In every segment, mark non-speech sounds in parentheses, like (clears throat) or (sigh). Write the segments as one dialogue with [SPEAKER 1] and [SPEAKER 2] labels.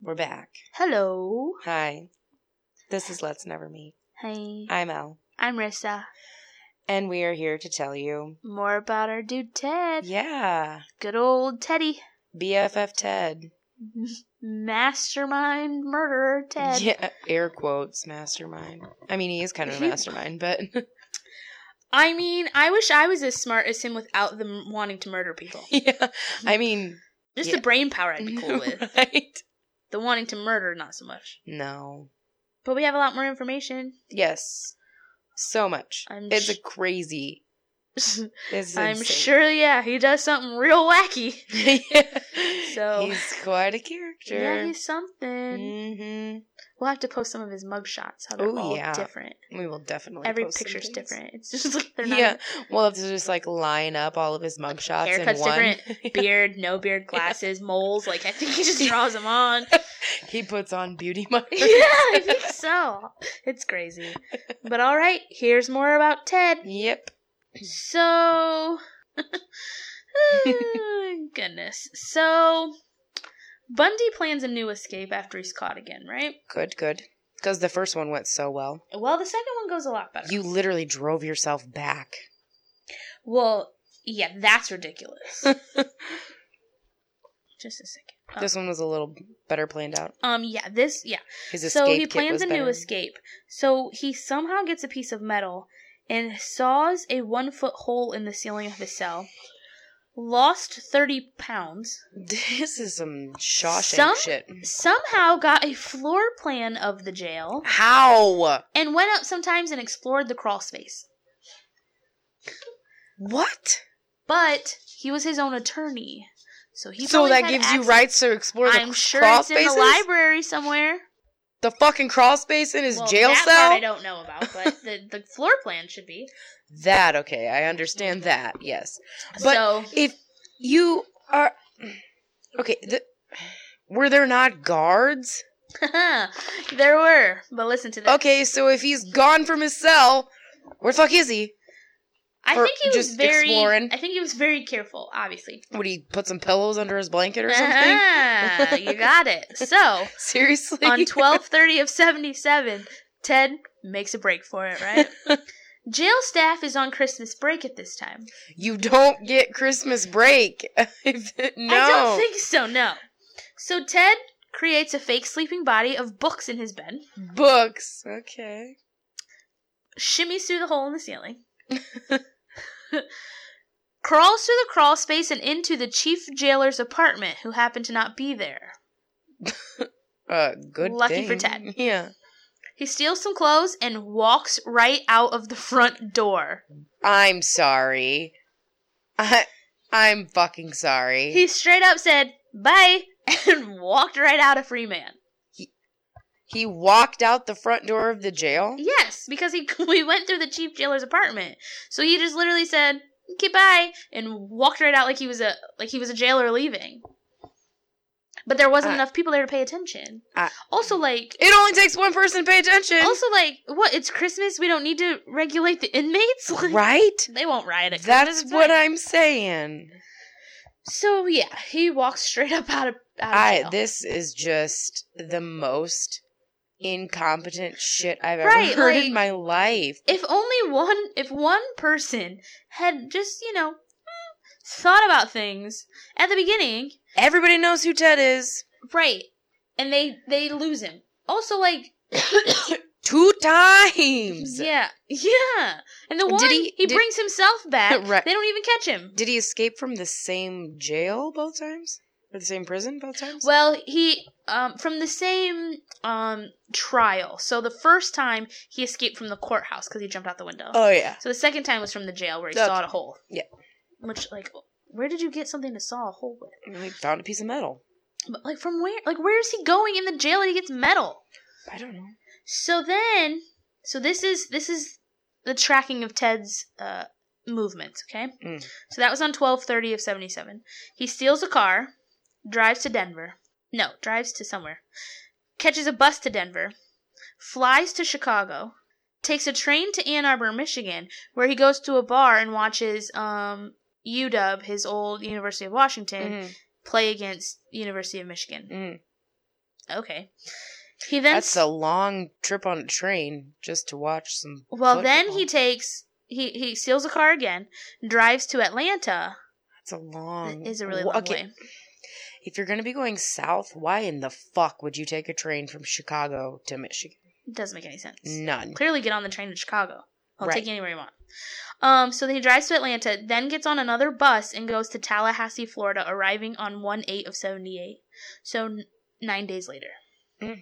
[SPEAKER 1] We're back.
[SPEAKER 2] Hello.
[SPEAKER 1] Hi. This is Let's Never Meet.
[SPEAKER 2] Hey.
[SPEAKER 1] I'm Elle,
[SPEAKER 2] I'm Rissa.
[SPEAKER 1] and we are here to tell you.
[SPEAKER 2] More about our dude Ted.
[SPEAKER 1] Yeah,
[SPEAKER 2] Good old Teddy. (laughs)
[SPEAKER 1] BFF Ted.
[SPEAKER 2] Mastermind murderer Ted.
[SPEAKER 1] Yeah, air quotes mastermind. I mean, he is
[SPEAKER 2] (laughs)
[SPEAKER 1] kind of a mastermind, but (laughs)
[SPEAKER 2] I mean, I wish I was as smart as him without them wanting to murder (laughs) people.
[SPEAKER 1] yeah, I mean,
[SPEAKER 2] Just
[SPEAKER 1] Yeah.
[SPEAKER 2] the brain power I'd be (laughs) cool with.
[SPEAKER 1] (laughs) right?
[SPEAKER 2] The wanting to murder, not so much.
[SPEAKER 1] No.
[SPEAKER 2] But we have a lot more (laughs) information.
[SPEAKER 1] Yes. So much.
[SPEAKER 2] I'm
[SPEAKER 1] it's
[SPEAKER 2] sh-
[SPEAKER 1] a crazy. It's
[SPEAKER 2] I'm
[SPEAKER 1] insane.
[SPEAKER 2] sure, yeah, he does something real wacky.
[SPEAKER 1] (laughs) Yeah.
[SPEAKER 2] So-
[SPEAKER 1] he's quite a character.
[SPEAKER 2] Yeah, he's something.
[SPEAKER 1] hmm
[SPEAKER 2] We'll have to post some of his mugshots. How they're
[SPEAKER 1] Oh,
[SPEAKER 2] all
[SPEAKER 1] yeah.
[SPEAKER 2] different.
[SPEAKER 1] We will definitely.
[SPEAKER 2] Every
[SPEAKER 1] post some
[SPEAKER 2] picture's
[SPEAKER 1] things.
[SPEAKER 2] different. It's just like they're not
[SPEAKER 1] yeah, we'll have to just like line up all of his mugshots in
[SPEAKER 2] haircut's
[SPEAKER 1] one.
[SPEAKER 2] (laughs)
[SPEAKER 1] (laughs)
[SPEAKER 2] beard, no beard, glasses, moles. Like I think (laughs) he just draws them on.
[SPEAKER 1] he puts on
[SPEAKER 2] (laughs)
[SPEAKER 1] beauty marks.
[SPEAKER 2] yeah, I think (laughs) so. It's crazy. But all right, here's more about Ted.
[SPEAKER 1] Yep.
[SPEAKER 2] So, (laughs) (sighs) goodness. So, Bundy plans a new escape after he's caught again, right?
[SPEAKER 1] Good, good. Because the first one went so well.
[SPEAKER 2] Well, the second one goes a lot better.
[SPEAKER 1] You literally drove yourself back.
[SPEAKER 2] well, yeah, that's (laughs) ridiculous. just a second. Oh.
[SPEAKER 1] This one was a little better planned out.
[SPEAKER 2] Um, yeah, this, yeah.
[SPEAKER 1] His
[SPEAKER 2] so
[SPEAKER 1] escape
[SPEAKER 2] he
[SPEAKER 1] kit
[SPEAKER 2] plans
[SPEAKER 1] was
[SPEAKER 2] a
[SPEAKER 1] better.
[SPEAKER 2] new escape. So he somehow gets a piece of metal and saws a one foot hole in the ceiling of his cell. Lost thirty pounds.
[SPEAKER 1] (laughs) This is some Shawshank
[SPEAKER 2] Some-
[SPEAKER 1] shit.
[SPEAKER 2] Somehow got a floor plan of the jail
[SPEAKER 1] How?
[SPEAKER 2] and went up sometimes and explored the crawl space.
[SPEAKER 1] What?
[SPEAKER 2] But he was his own attorney, so he.
[SPEAKER 1] so
[SPEAKER 2] probably
[SPEAKER 1] that
[SPEAKER 2] had
[SPEAKER 1] gives you
[SPEAKER 2] access-
[SPEAKER 1] rights to explore the
[SPEAKER 2] I'm sure
[SPEAKER 1] crawl
[SPEAKER 2] it's in
[SPEAKER 1] spaces?
[SPEAKER 2] the library somewhere.
[SPEAKER 1] The fucking crawl space in his
[SPEAKER 2] Well,
[SPEAKER 1] jail
[SPEAKER 2] that
[SPEAKER 1] cell?
[SPEAKER 2] part I don't know about, but the the floor plan should be.
[SPEAKER 1] That okay, I understand that. Yes, But-
[SPEAKER 2] so (laughs)
[SPEAKER 1] if you are okay, the, were there not guards?
[SPEAKER 2] there were, but listen to this.
[SPEAKER 1] Okay, so if he's gone from his cell, where the fuck is he?
[SPEAKER 2] I
[SPEAKER 1] or
[SPEAKER 2] think he was
[SPEAKER 1] just
[SPEAKER 2] very.
[SPEAKER 1] exploring.
[SPEAKER 2] I think he was very careful. Obviously,
[SPEAKER 1] Would he put some pillows under his blanket or something? Uh-huh.
[SPEAKER 2] Ah, (laughs) you got it. So
[SPEAKER 1] (laughs) Seriously,
[SPEAKER 2] on twelve thirty of seventy seven, Ted makes a break for it. Right.
[SPEAKER 1] (laughs)
[SPEAKER 2] Jail staff is on Christmas break at this time.
[SPEAKER 1] you don't get Christmas break. (laughs) If- no,
[SPEAKER 2] I don't think so. No. So Ted creates a fake sleeping body of books in his bed,
[SPEAKER 1] books. Okay,
[SPEAKER 2] shimmies through the hole in
[SPEAKER 1] (laughs)
[SPEAKER 2] the ceiling. Crawls through the crawl space and into the chief jailer's apartment, who happened to not be there.
[SPEAKER 1] uh, good.
[SPEAKER 2] Lucky for
[SPEAKER 1] thing.
[SPEAKER 2] Ted.
[SPEAKER 1] Yeah,
[SPEAKER 2] He steals some clothes and walks right out of the front door.
[SPEAKER 1] I'm sorry. I, I'm fucking sorry.
[SPEAKER 2] He straight up said, bye, (laughs) and walked right out of Free Man.
[SPEAKER 1] he walked out the front door of the jail.
[SPEAKER 2] Yes, because he (laughs) we went through the chief jailer's apartment. So he just literally said, okay, bye, and walked right out like he was a like he was a jailer leaving. But there wasn't
[SPEAKER 1] I-
[SPEAKER 2] enough people there to pay attention.
[SPEAKER 1] I-
[SPEAKER 2] also like
[SPEAKER 1] It only takes one person to pay attention.
[SPEAKER 2] also like what, it's Christmas, we don't need to regulate the inmates? (laughs) Like,
[SPEAKER 1] right?
[SPEAKER 2] They won't riot at
[SPEAKER 1] That's
[SPEAKER 2] Christmas,
[SPEAKER 1] what
[SPEAKER 2] it's fine.
[SPEAKER 1] I'm saying.
[SPEAKER 2] So yeah, he walks straight up out of out of
[SPEAKER 1] I
[SPEAKER 2] jail.
[SPEAKER 1] this is just the most incompetent shit I've ever
[SPEAKER 2] Right,
[SPEAKER 1] heard
[SPEAKER 2] like-
[SPEAKER 1] in my life.
[SPEAKER 2] if only one if one person had just you know thought about things at the beginning
[SPEAKER 1] Everybody knows who Ted is.
[SPEAKER 2] right and they they lose him also
[SPEAKER 1] (coughs)
[SPEAKER 2] like (coughs)
[SPEAKER 1] Two times.
[SPEAKER 2] yeah yeah and the
[SPEAKER 1] Did
[SPEAKER 2] one
[SPEAKER 1] he-
[SPEAKER 2] he,
[SPEAKER 1] did-
[SPEAKER 2] brings himself back
[SPEAKER 1] (laughs) Right.
[SPEAKER 2] they don't even catch him
[SPEAKER 1] Did he escape from the same jail both times? Or the same prison both times?
[SPEAKER 2] well he um from the same um trial so the first time he escaped from the courthouse because he jumped out the window
[SPEAKER 1] oh yeah.
[SPEAKER 2] so the second time was from the jail where he
[SPEAKER 1] Okay.
[SPEAKER 2] sawed a hole
[SPEAKER 1] Yeah.
[SPEAKER 2] which like where did you get something to saw a hole with
[SPEAKER 1] He found a piece of metal.
[SPEAKER 2] But like from where? Like where is he going in the jail that he gets metal?
[SPEAKER 1] I don't know.
[SPEAKER 2] So then, so this is this is the tracking of Ted's uh movements. Okay.
[SPEAKER 1] Mm.
[SPEAKER 2] So that was on twelve thirty of seventy seven. He steals a car, drives to Denver. No, drives to somewhere. Catches a bus to Denver, flies to Chicago, takes a train to Ann Arbor, Michigan, where he goes to a bar and watches um UW, Mm.
[SPEAKER 1] Mm-hmm.
[SPEAKER 2] his old University of Washington, play against University of Michigan.
[SPEAKER 1] Mhm.
[SPEAKER 2] Okay. He then
[SPEAKER 1] That's a long trip on a train just to watch some.
[SPEAKER 2] well then
[SPEAKER 1] football.
[SPEAKER 2] he takes he he steals a car again, drives to Atlanta.
[SPEAKER 1] That's a long.
[SPEAKER 2] It is a really
[SPEAKER 1] wa-
[SPEAKER 2] long
[SPEAKER 1] Um, okay,
[SPEAKER 2] way.
[SPEAKER 1] If you're gonna be going south, why in the fuck would you take a train from Chicago to Michigan?
[SPEAKER 2] It doesn't make any sense.
[SPEAKER 1] None.
[SPEAKER 2] Clearly, get on the train to Chicago. I'll
[SPEAKER 1] Mm. Right.
[SPEAKER 2] take you anywhere you want. Um, so then he drives to Atlanta, then gets on another bus and goes to Tallahassee, Florida, arriving on one eight of seventy eight. So n- nine days later,
[SPEAKER 1] Mm.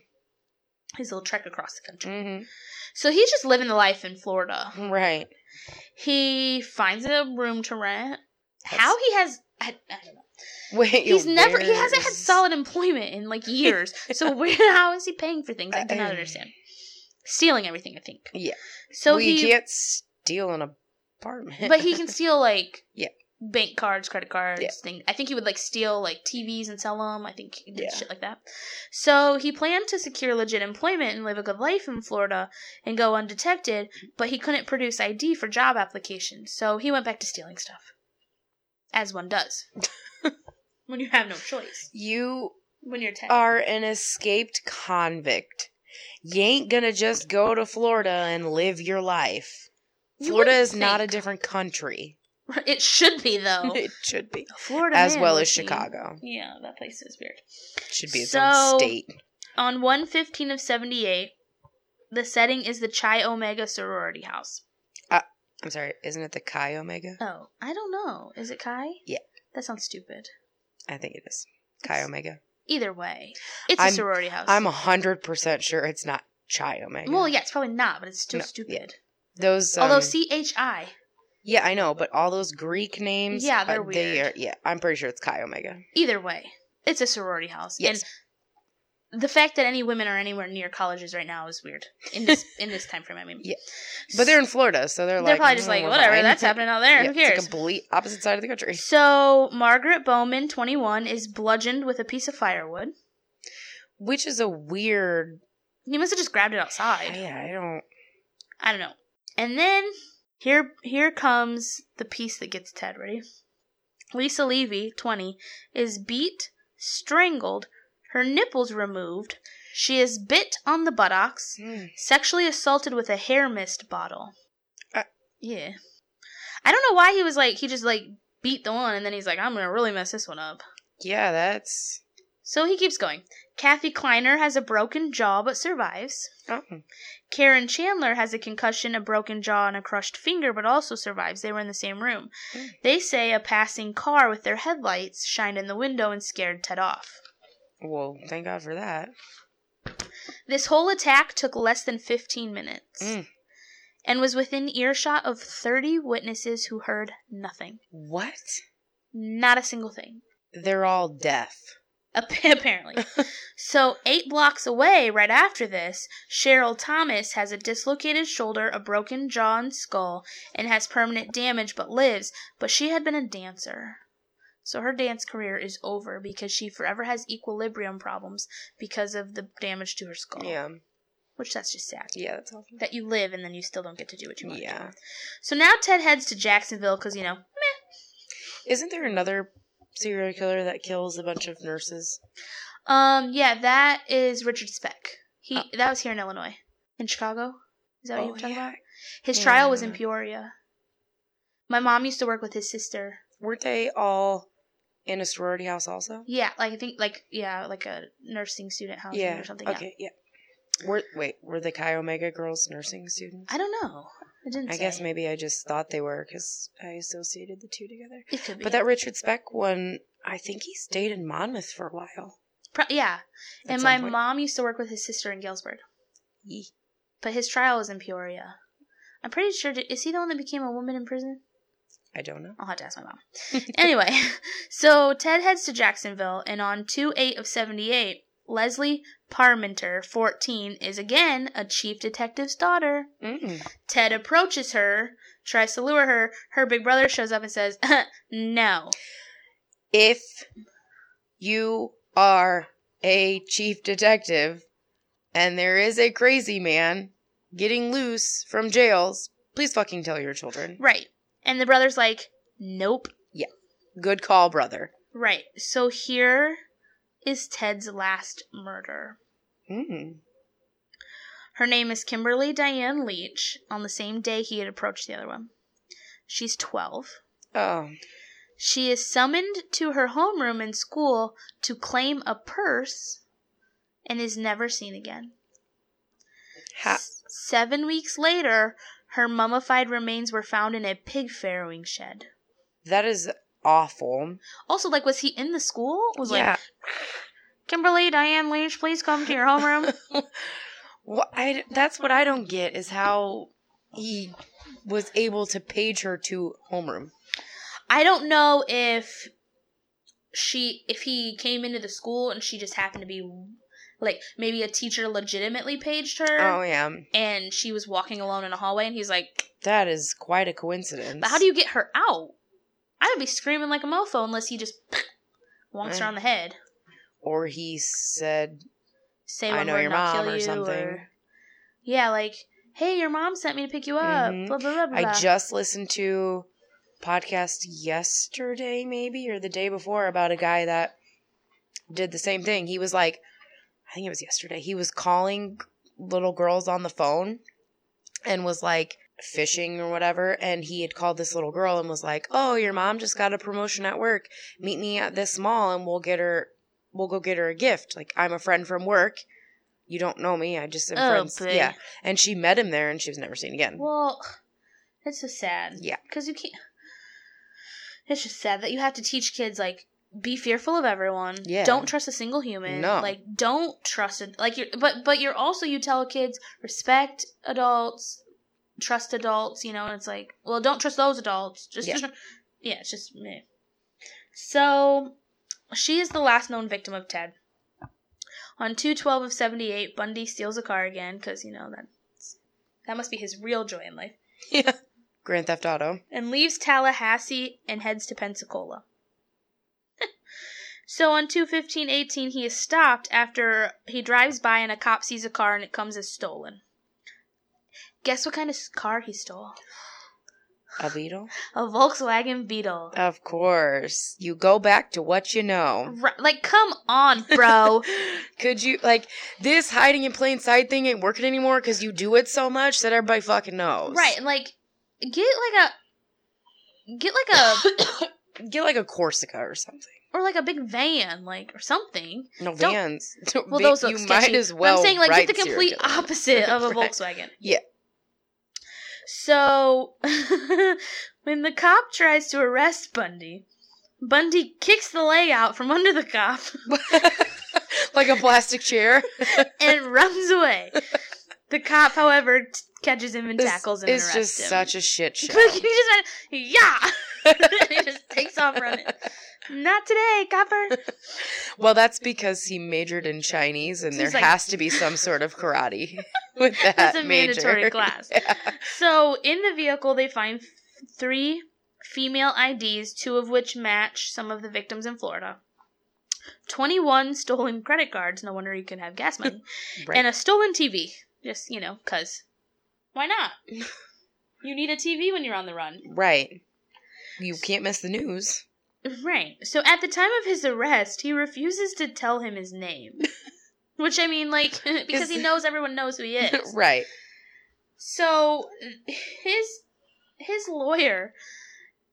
[SPEAKER 2] his little trek across the country.
[SPEAKER 1] hmm
[SPEAKER 2] So he's just living the life in Florida.
[SPEAKER 1] Right.
[SPEAKER 2] He finds a room to rent.
[SPEAKER 1] That's-
[SPEAKER 2] How he has. I, I don't know.
[SPEAKER 1] Wait.
[SPEAKER 2] He's never. He
[SPEAKER 1] where
[SPEAKER 2] hasn't had
[SPEAKER 1] is-
[SPEAKER 2] solid employment
[SPEAKER 1] (laughs)
[SPEAKER 2] in like years. so where? (laughs) How is he paying for things? I
[SPEAKER 1] I-
[SPEAKER 2] cannot understand. Stealing everything, I think.
[SPEAKER 1] Yeah.
[SPEAKER 2] So
[SPEAKER 1] well,
[SPEAKER 2] he.
[SPEAKER 1] you can't (laughs) steal an apartment.
[SPEAKER 2] but he can steal like
[SPEAKER 1] Yeah.
[SPEAKER 2] bank cards, credit cards,
[SPEAKER 1] Yeah.
[SPEAKER 2] thing. I think he would like steal like TVs and sell them. I think he did
[SPEAKER 1] Yeah.
[SPEAKER 2] shit like that. So he planned to secure legit employment and live a good life in Florida and go undetected, but he couldn't produce ID for job applications. So he went back to stealing stuff. As
[SPEAKER 1] (laughs)
[SPEAKER 2] one does. when you have no choice.
[SPEAKER 1] (laughs) You
[SPEAKER 2] When you're 10.
[SPEAKER 1] are an escaped convict. You ain't gonna just go to Florida and live your life.
[SPEAKER 2] You
[SPEAKER 1] Florida
[SPEAKER 2] wouldn't
[SPEAKER 1] is not a
[SPEAKER 2] think.
[SPEAKER 1] different country. (laughs)
[SPEAKER 2] It should be though.
[SPEAKER 1] It should be.
[SPEAKER 2] (laughs) Florida
[SPEAKER 1] As
[SPEAKER 2] man
[SPEAKER 1] well
[SPEAKER 2] would
[SPEAKER 1] as
[SPEAKER 2] be-
[SPEAKER 1] Chicago.
[SPEAKER 2] Yeah, that place is weird.
[SPEAKER 1] It should be its
[SPEAKER 2] So-
[SPEAKER 1] own state.
[SPEAKER 2] On 115 of 78, the setting is the Chi Omega sorority house.
[SPEAKER 1] I'm sorry, isn't it the Chi Omega?
[SPEAKER 2] Oh, I don't know. Is it Chi?
[SPEAKER 1] Yeah.
[SPEAKER 2] That sounds stupid.
[SPEAKER 1] I think it is. Chi
[SPEAKER 2] It's-
[SPEAKER 1] Omega.
[SPEAKER 2] Either way, it's
[SPEAKER 1] I'm-
[SPEAKER 2] a sorority house.
[SPEAKER 1] I'm 100% sure it's not Chi Omega.
[SPEAKER 2] well, yeah, it's probably not, but it's still
[SPEAKER 1] No, yeah.
[SPEAKER 2] stupid.
[SPEAKER 1] Those. Um,
[SPEAKER 2] Although C H I,
[SPEAKER 1] Yeah, I know, but all those Greek names.
[SPEAKER 2] Yeah, they're
[SPEAKER 1] uh, they
[SPEAKER 2] weird.
[SPEAKER 1] are- yeah, I'm pretty sure it's Chi Omega.
[SPEAKER 2] either way, it's a sorority house.
[SPEAKER 1] Yes.
[SPEAKER 2] And the fact that any women are anywhere near colleges right now is weird in this in this time frame. I mean,
[SPEAKER 1] (laughs) Yeah. But they're in Florida, so they're,
[SPEAKER 2] they're
[SPEAKER 1] like.
[SPEAKER 2] probably just
[SPEAKER 1] "Mm,
[SPEAKER 2] like
[SPEAKER 1] we're
[SPEAKER 2] whatever.
[SPEAKER 1] fine."
[SPEAKER 2] That's
[SPEAKER 1] (laughs)
[SPEAKER 2] happening out there.
[SPEAKER 1] Yeah,
[SPEAKER 2] Who
[SPEAKER 1] it's the
[SPEAKER 2] cares?
[SPEAKER 1] complete opposite side of the country. (laughs)
[SPEAKER 2] So Margaret Bowman, 21, is bludgeoned with a piece of firewood.
[SPEAKER 1] Which is a weird.
[SPEAKER 2] He must have just grabbed it outside.
[SPEAKER 1] Yeah, I don't.
[SPEAKER 2] I don't know. And then here here comes the piece that gets Ted ready. Lisa Levy, 20, is beat, strangled, her nipples removed. She is bit on the buttocks,
[SPEAKER 1] Hmm.
[SPEAKER 2] sexually assaulted with a hair mist bottle.
[SPEAKER 1] Uh.
[SPEAKER 2] yeah. I don't know why he was like he just like beat the one and then he's like I'm going to really mess this one up.
[SPEAKER 1] Yeah, that's.
[SPEAKER 2] So he keeps going. Kathy Kleiner has a broken jaw but survives.
[SPEAKER 1] Oh.
[SPEAKER 2] Karen Chandler has a concussion, a broken jaw, and a crushed finger, but also survives. They were in the same room.
[SPEAKER 1] Hmm.
[SPEAKER 2] They say a passing car with their headlights shined in the window and scared Ted off.
[SPEAKER 1] Well, thank God for that.
[SPEAKER 2] This whole attack took less than 15 minutes
[SPEAKER 1] Mm.
[SPEAKER 2] and was within earshot of 30 witnesses who heard nothing.
[SPEAKER 1] What?
[SPEAKER 2] Not a single thing. (laughs)
[SPEAKER 1] They're all deaf. (laughs)
[SPEAKER 2] Ap- Apparently. so, eight blocks away, right after this, Cheryl Thomas has a dislocated shoulder, a broken jaw and skull, and has permanent damage but lives. But she had been a dancer. So, her dance career is over because she forever has equilibrium problems because of the damage to her skull.
[SPEAKER 1] Yeah.
[SPEAKER 2] Which that's just sad.
[SPEAKER 1] Yeah, that's awful.
[SPEAKER 2] That you live and then you still don't get to do what you want.
[SPEAKER 1] Yeah.
[SPEAKER 2] So now Ted heads to Jacksonville because, you know,
[SPEAKER 1] Isn't there another serial killer that kills a bunch of
[SPEAKER 2] Oh,
[SPEAKER 1] nurses?
[SPEAKER 2] Um, yeah, that is Richard Speck. He
[SPEAKER 1] Oh.
[SPEAKER 2] that was here in Illinois, in Chicago. Is that what you
[SPEAKER 1] Oh,
[SPEAKER 2] were talking
[SPEAKER 1] yeah.
[SPEAKER 2] about? His trial was in
[SPEAKER 1] Yeah.
[SPEAKER 2] Peoria. My mom used to work with his sister.
[SPEAKER 1] Weren't they all in a sorority house also?
[SPEAKER 2] Yeah, like I think, like yeah, like a nursing student housing
[SPEAKER 1] Yeah.
[SPEAKER 2] or something. Yeah.
[SPEAKER 1] Okay, yeah. Were, wait, were the Chi Omega girls nursing students?
[SPEAKER 2] I don't know. I didn't.
[SPEAKER 1] I
[SPEAKER 2] say.
[SPEAKER 1] guess maybe I just thought they were because I associated the two together.
[SPEAKER 2] it could be.
[SPEAKER 1] But that Richard Speck one, I think he stayed in Monmouth for a while.
[SPEAKER 2] Pro- yeah,
[SPEAKER 1] at
[SPEAKER 2] and
[SPEAKER 1] some
[SPEAKER 2] my
[SPEAKER 1] point.
[SPEAKER 2] mom used to work with his sister in Galesburg,
[SPEAKER 1] Yee.
[SPEAKER 2] but his trial was in Peoria. I'm pretty sure. Is he the one that became a woman in prison?
[SPEAKER 1] I don't know.
[SPEAKER 2] I'll have to ask my mom. (laughs) anyway, so Ted heads to Jacksonville, and on 2 8 of 78, Leslie Parmenter, 14, is again a chief detective's daughter.
[SPEAKER 1] Mm.
[SPEAKER 2] Ted approaches her, tries to lure her. Her big brother shows up and says, (laughs) No.
[SPEAKER 1] If you are a chief detective and there is a crazy man getting loose from jails, please fucking tell your children.
[SPEAKER 2] Right. And the brother's like, Nope.
[SPEAKER 1] Good call, brother.
[SPEAKER 2] Right. So here is Ted's last murder.
[SPEAKER 1] Mm.
[SPEAKER 2] Her name is Kimberly Diane Leach, on the same day he had approached the other one. She's 12.
[SPEAKER 1] Oh,
[SPEAKER 2] She is summoned to her homeroom in school to claim a purse and is never seen again.
[SPEAKER 1] ha-
[SPEAKER 2] S- Seven weeks later, her mummified remains were found in a pig farrowing shed.
[SPEAKER 1] that is awful.
[SPEAKER 2] Also, like, was he in the school? Was
[SPEAKER 1] yeah.
[SPEAKER 2] like, Kimberly, Diane Leach, please come to your
[SPEAKER 1] (laughs)
[SPEAKER 2] homeroom.
[SPEAKER 1] Well, I, that's what I don't get is how he was able to page her to homeroom.
[SPEAKER 2] I don't know if she, if he came into the school and she just happened to be, like, maybe a teacher legitimately paged her.
[SPEAKER 1] Oh yeah,
[SPEAKER 2] and she was walking alone in a hallway and he's like
[SPEAKER 1] that is quite a coincidence.
[SPEAKER 2] but how do you get her out i would be screaming like a mofo unless he just (laughs) wonks her on the head
[SPEAKER 1] Or he said,
[SPEAKER 2] say
[SPEAKER 1] I
[SPEAKER 2] one
[SPEAKER 1] know
[SPEAKER 2] word
[SPEAKER 1] your
[SPEAKER 2] and I'll
[SPEAKER 1] mom
[SPEAKER 2] kill
[SPEAKER 1] or
[SPEAKER 2] you,
[SPEAKER 1] something.
[SPEAKER 2] or- yeah like hey your mom sent me to pick you up
[SPEAKER 1] Mhm.
[SPEAKER 2] blah blah blah blah
[SPEAKER 1] I
[SPEAKER 2] blah.
[SPEAKER 1] just listened to podcast yesterday maybe or the day before about a guy that did the same thing. He was like I think it was yesterday. He was calling little girls on the phone and was like fishing or whatever and he had called this little girl and was like, "Oh, your mom just got a promotion at work. Meet me at this mall and we'll get her we'll go get her a gift. Like I'm a friend from work. You don't know me. I just am
[SPEAKER 2] Oh,
[SPEAKER 1] friends."
[SPEAKER 2] boy.
[SPEAKER 1] Yeah. And she met him there and she was never seen again.
[SPEAKER 2] well (sighs) that's so sad
[SPEAKER 1] Yeah.
[SPEAKER 2] because you can't it's just sad that you have to teach kids like be fearful of everyone.
[SPEAKER 1] Yeah.
[SPEAKER 2] Don't trust a single human.
[SPEAKER 1] No.
[SPEAKER 2] Like don't trust it. Like you're, but but you're also you tell kids respect adults, trust adults. You know, and it's like well, don't trust those adults. Just
[SPEAKER 1] Yeah.
[SPEAKER 2] yeah, it's just me. So, she is the last known victim of Ted. On two twelve of seventy eight, Bundy steals a car again because you know that that must be his real joy in life
[SPEAKER 1] Grand Theft Auto.
[SPEAKER 2] and leaves Tallahassee and heads to Pensacola. (laughs) so on 21518 he is stopped after he drives by and a cop sees a car and it comes as stolen. Guess what kind of s- car he stole?
[SPEAKER 1] A beetle?
[SPEAKER 2] A Volkswagen Beetle.
[SPEAKER 1] Of course. You go back to what you know. (gasps)
[SPEAKER 2] Ri- like come on,
[SPEAKER 1] (laughs)
[SPEAKER 2] bro.
[SPEAKER 1] Could you, like, this hiding in plain sight thing ain't working anymore because you do it so much that everybody fucking knows.
[SPEAKER 2] right, and like get like a get like a
[SPEAKER 1] (coughs) Get like a Corsica or something.
[SPEAKER 2] or like a big van like or something.
[SPEAKER 1] No,
[SPEAKER 2] Don't-
[SPEAKER 1] vans.
[SPEAKER 2] (coughs) Well, those look
[SPEAKER 1] You
[SPEAKER 2] sketchy.
[SPEAKER 1] might as
[SPEAKER 2] But
[SPEAKER 1] well.
[SPEAKER 2] I'm saying like
[SPEAKER 1] write
[SPEAKER 2] get the
[SPEAKER 1] serial
[SPEAKER 2] complete
[SPEAKER 1] killer.
[SPEAKER 2] opposite of
[SPEAKER 1] (laughs)
[SPEAKER 2] a
[SPEAKER 1] Right.
[SPEAKER 2] Volkswagen.
[SPEAKER 1] Yeah.
[SPEAKER 2] So (laughs) when the cop tries to arrest Bundy, Bundy kicks the leg out from under the cop (laughs)
[SPEAKER 1] (laughs) like a plastic chair.
[SPEAKER 2] and runs away. The cop, however, t- catches him and
[SPEAKER 1] This
[SPEAKER 2] tackles him and
[SPEAKER 1] is
[SPEAKER 2] arrests
[SPEAKER 1] just
[SPEAKER 2] him.
[SPEAKER 1] such a shit show.
[SPEAKER 2] But (laughs) he just went, yeah. (laughs) he just takes
[SPEAKER 1] (laughs)
[SPEAKER 2] off running. Not today, copper.
[SPEAKER 1] well, that's because he majored in Chinese, and
[SPEAKER 2] He's
[SPEAKER 1] there
[SPEAKER 2] like-
[SPEAKER 1] has to be some sort of
[SPEAKER 2] (laughs)
[SPEAKER 1] karate (laughs) with that
[SPEAKER 2] That's a
[SPEAKER 1] major.
[SPEAKER 2] mandatory class.
[SPEAKER 1] (laughs) Yeah.
[SPEAKER 2] So in the vehicle, they find f- three female IDs, two of which match some of the victims in Florida. 21 stolen credit cards, no wonder you can have gas money,
[SPEAKER 1] Right.
[SPEAKER 2] and a stolen TV. Just, you know, because why not? you need a TV when you're on the run.
[SPEAKER 1] Right. You can't miss the news.
[SPEAKER 2] Right. So at the time of his arrest, he refuses to tell him his name. Which, I mean, like, (laughs) because he
[SPEAKER 1] Is-
[SPEAKER 2] knows everyone knows who he is.
[SPEAKER 1] right.
[SPEAKER 2] So his his lawyer,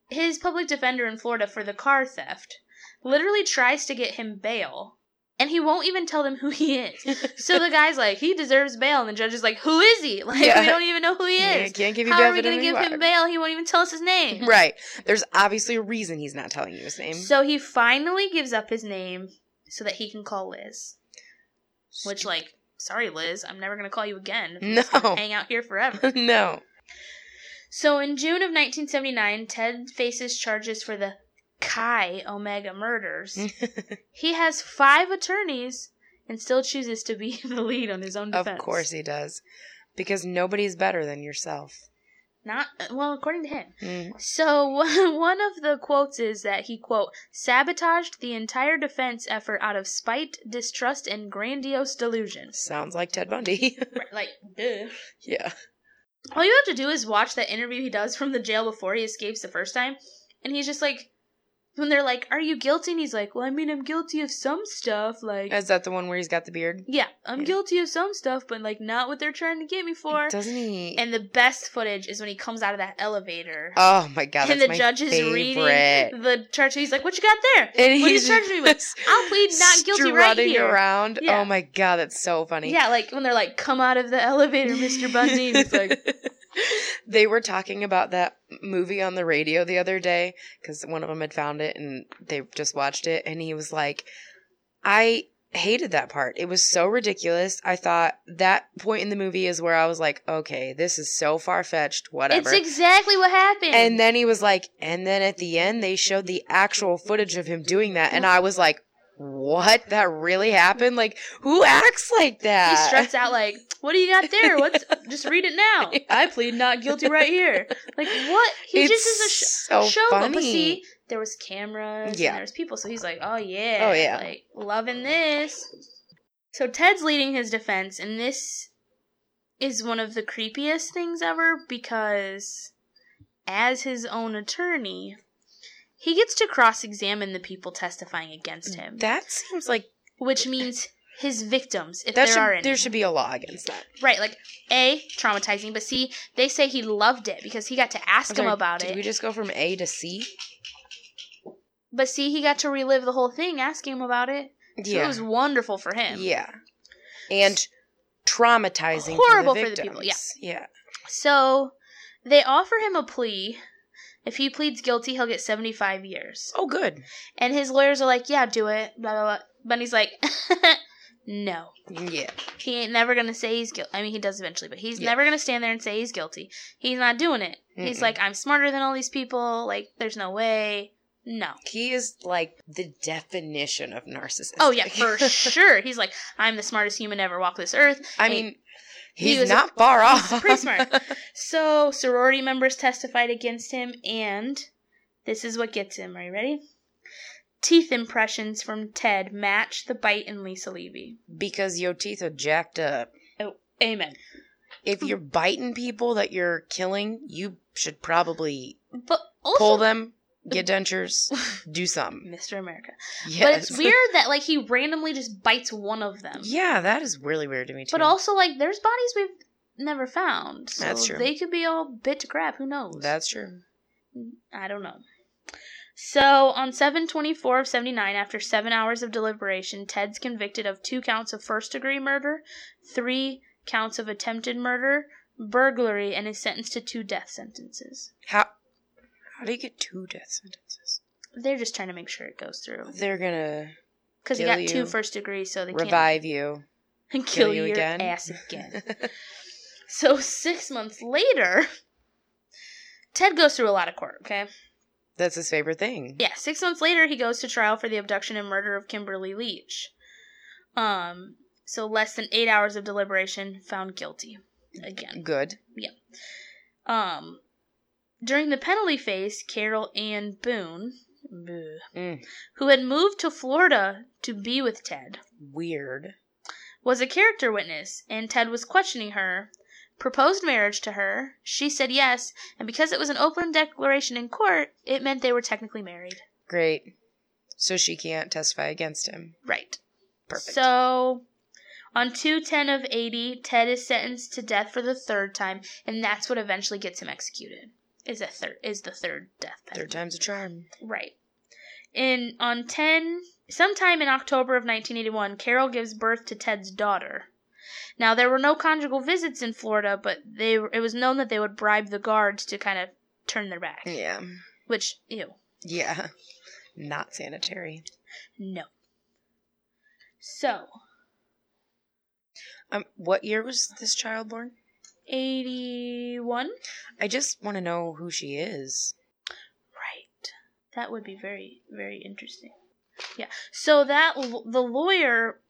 [SPEAKER 2] his public defender in Florida for the car theft, literally tries to get him bail, and he won't even tell them who
[SPEAKER 1] (laughs)
[SPEAKER 2] he is. so the guy's like, he deserves bail, and the judge is like, who is he? (laughs) Like
[SPEAKER 1] Yeah.
[SPEAKER 2] we don't even know who he
[SPEAKER 1] Yeah,
[SPEAKER 2] is.
[SPEAKER 1] can't give you
[SPEAKER 2] How
[SPEAKER 1] bail
[SPEAKER 2] are we
[SPEAKER 1] for
[SPEAKER 2] gonna give
[SPEAKER 1] doing
[SPEAKER 2] him bail? He won't even tell us his name.
[SPEAKER 1] what? (laughs) Right. There's obviously a reason he's not telling you his name.
[SPEAKER 2] So he finally gives up his name so that he can call Liz,
[SPEAKER 1] (laughs)
[SPEAKER 2] which like. Sorry, Liz. I'm never gonna call you again. I'm just gonna
[SPEAKER 1] No.
[SPEAKER 2] hang out here forever.
[SPEAKER 1] no.
[SPEAKER 2] So in June of 1979, Ted faces charges for the Chi
[SPEAKER 1] (laughs)
[SPEAKER 2] Omega murders. he has five attorneys and still chooses to be (laughs) the lead on his own
[SPEAKER 1] Of
[SPEAKER 2] defense.
[SPEAKER 1] course he does. Because nobody's better than yourself.
[SPEAKER 2] Not, well, according to him.
[SPEAKER 1] Mm.
[SPEAKER 2] So (laughs) one of the quotes is that he, quote, sabotaged the entire defense effort out of spite, distrust, and grandiose
[SPEAKER 1] (laughs)
[SPEAKER 2] delusions.
[SPEAKER 1] Sounds like Ted Bundy. (laughs)
[SPEAKER 2] Right, like, duh.
[SPEAKER 1] yeah.
[SPEAKER 2] All you have to do is watch that interview he does from the jail before he escapes the first time, and he's just like, When they're like, "Are you guilty?" and he's like, "Well, I mean, I'm guilty of some stuff." Like,
[SPEAKER 1] Is that the one where he's got the beard?
[SPEAKER 2] yeah, I'm guilty of some stuff, but like not what they're trying to get me for.
[SPEAKER 1] Doesn't he?
[SPEAKER 2] And the best footage is when he comes out of that elevator,
[SPEAKER 1] oh my god!
[SPEAKER 2] and
[SPEAKER 1] that's
[SPEAKER 2] the
[SPEAKER 1] my
[SPEAKER 2] judge is
[SPEAKER 1] favorite.
[SPEAKER 2] reading the charge. He's like, "What you got there?"
[SPEAKER 1] And
[SPEAKER 2] What do you
[SPEAKER 1] he's
[SPEAKER 2] charge me
[SPEAKER 1] (laughs)
[SPEAKER 2] with?
[SPEAKER 1] just
[SPEAKER 2] I'll plead not guilty right
[SPEAKER 1] strutting
[SPEAKER 2] here.
[SPEAKER 1] around.
[SPEAKER 2] Yeah.
[SPEAKER 1] Oh my god, that's so funny.
[SPEAKER 2] Yeah, like when they're like, "Come out of the elevator, Mr. Bundy." and he's like,
[SPEAKER 1] they were talking about that movie on the radio the other day because one of them had found it and they just watched it. And he was like, I hated that part. It was so ridiculous. I thought that point in the movie is where I was like, okay, this is so far fetched, (laughs) whatever.
[SPEAKER 2] "It's exactly what happened."
[SPEAKER 1] and then he was like, and then at the end, they showed the actual footage of him doing that. And I was like, what? That really happened? Like, who acts like that?
[SPEAKER 2] he struts out like, "What do you got there?
[SPEAKER 1] (laughs)
[SPEAKER 2] What's just read it now? I plead not guilty right here." Like what? He
[SPEAKER 1] it's
[SPEAKER 2] just is a sh-
[SPEAKER 1] so
[SPEAKER 2] show,
[SPEAKER 1] funny.
[SPEAKER 2] but but see, there was cameras,
[SPEAKER 1] Yeah.
[SPEAKER 2] and there was people, so he's like, "Oh yeah,
[SPEAKER 1] Oh, yeah.
[SPEAKER 2] like loving this." So Ted's leading his defense, and this is one of the creepiest things ever because, as his own attorney, he gets to cross-examine the people testifying against him,
[SPEAKER 1] That seems like
[SPEAKER 2] which means his victims, if
[SPEAKER 1] that
[SPEAKER 2] there
[SPEAKER 1] should
[SPEAKER 2] are any.
[SPEAKER 1] there should be a law against that.
[SPEAKER 2] Right, like A, traumatizing, but C, they say he loved it because he got to ask him
[SPEAKER 1] Sorry,
[SPEAKER 2] about
[SPEAKER 1] did
[SPEAKER 2] it.
[SPEAKER 1] we just go from A to C?
[SPEAKER 2] but C, he got to relive the whole thing asking him about it. So it was wonderful for him.
[SPEAKER 1] yeah, and traumatizing,
[SPEAKER 2] Horrible
[SPEAKER 1] for the,
[SPEAKER 2] for the people, yeah.
[SPEAKER 1] victims. yeah,
[SPEAKER 2] So they offer him a plea. If he pleads guilty, he'll get 75 years.
[SPEAKER 1] Oh, good.
[SPEAKER 2] And his lawyers are like, yeah, do it, blah, blah, blah. Bunny's like, (laughs) no.
[SPEAKER 1] Yeah,
[SPEAKER 2] He ain't never going to say he's guilty. I mean, he does eventually, but he's
[SPEAKER 1] Yeah.
[SPEAKER 2] never going to stand there and say he's guilty. He's not doing it. He's
[SPEAKER 1] Mm-mm.
[SPEAKER 2] like, I'm smarter than all these people. Like, there's no way. No.
[SPEAKER 1] he is like the definition of narcissist. (laughs)
[SPEAKER 2] Oh, yeah, for sure. He's like, I'm the smartest human to ever walk this earth.
[SPEAKER 1] I mean,
[SPEAKER 2] He
[SPEAKER 1] he's
[SPEAKER 2] was a-
[SPEAKER 1] not far off.
[SPEAKER 2] (laughs) He's pretty smart. So sorority members testified against him, and this is what gets him. Are you ready? Teeth impressions from Ted match the bite in Lisa Levy.
[SPEAKER 1] (laughs) because your teeth are jacked up.
[SPEAKER 2] Oh, amen. Hmm.
[SPEAKER 1] If you're biting people that you're killing, you should probably
[SPEAKER 2] But
[SPEAKER 1] pull
[SPEAKER 2] also,
[SPEAKER 1] them, get
[SPEAKER 2] (laughs)
[SPEAKER 1] dentures, do something.
[SPEAKER 2] Mr. America. But
[SPEAKER 1] Yes.
[SPEAKER 2] it's weird that like he randomly just bites one of them.
[SPEAKER 1] Yeah, that is really weird to me too.
[SPEAKER 2] But also like there's bodies we've never found. So
[SPEAKER 1] That's true.
[SPEAKER 2] They could be all bit to crap. Who knows?
[SPEAKER 1] That's true.
[SPEAKER 2] I don't know. So on 724 of 79, after seven hours of deliberation, Ted's convicted of two counts of first degree murder, three counts of attempted murder, burglary, and is sentenced to two death sentences.
[SPEAKER 1] How how do you get two death sentences?
[SPEAKER 2] They're just trying to make sure it goes through.
[SPEAKER 1] They're gonna
[SPEAKER 2] Because he
[SPEAKER 1] Kill
[SPEAKER 2] got
[SPEAKER 1] you.
[SPEAKER 2] two first degrees, so they
[SPEAKER 1] revive you.
[SPEAKER 2] can't
[SPEAKER 1] kill
[SPEAKER 2] (laughs) kill,
[SPEAKER 1] you
[SPEAKER 2] your
[SPEAKER 1] again. (laughs)
[SPEAKER 2] ass again. so six months later, (laughs) Ted goes through a lot of court, okay?
[SPEAKER 1] That's his favorite thing.
[SPEAKER 2] Yeah, six months later, he goes to trial for the abduction and murder of Kimberly Leach. Um, so less than eight hours of deliberation, found guilty again.
[SPEAKER 1] Good.
[SPEAKER 2] Um, during the penalty phase, Carol Ann Boone, bleh,
[SPEAKER 1] Mm.
[SPEAKER 2] who had moved to Florida to be with Ted,
[SPEAKER 1] Weird.
[SPEAKER 2] was a character witness, and Ted was questioning her. Proposed marriage to her. She said yes, and because it was an open declaration in court, it meant they were technically married.
[SPEAKER 1] Great. So she can't testify against him.
[SPEAKER 2] Right.
[SPEAKER 1] Perfect.
[SPEAKER 2] So, on 210 of 80, Ted is sentenced to death for the third time, and that's what eventually gets him executed. Is a third is the third death
[SPEAKER 1] Third
[SPEAKER 2] penalty.
[SPEAKER 1] time's a charm.
[SPEAKER 2] Right. In on 10 sometime in October of 1981, Carol gives birth to Ted's daughter. Now there were no conjugal visits in Florida, but they it was known that they would bribe the guards to kind of turn their back,
[SPEAKER 1] Yeah.
[SPEAKER 2] which ew.
[SPEAKER 1] Yeah. Not sanitary.
[SPEAKER 2] No. So,
[SPEAKER 1] Um what year was this child born?
[SPEAKER 2] 81
[SPEAKER 1] I just want to know who she is.
[SPEAKER 2] Right. That would be very, very interesting. Yeah. So that l- the lawyer,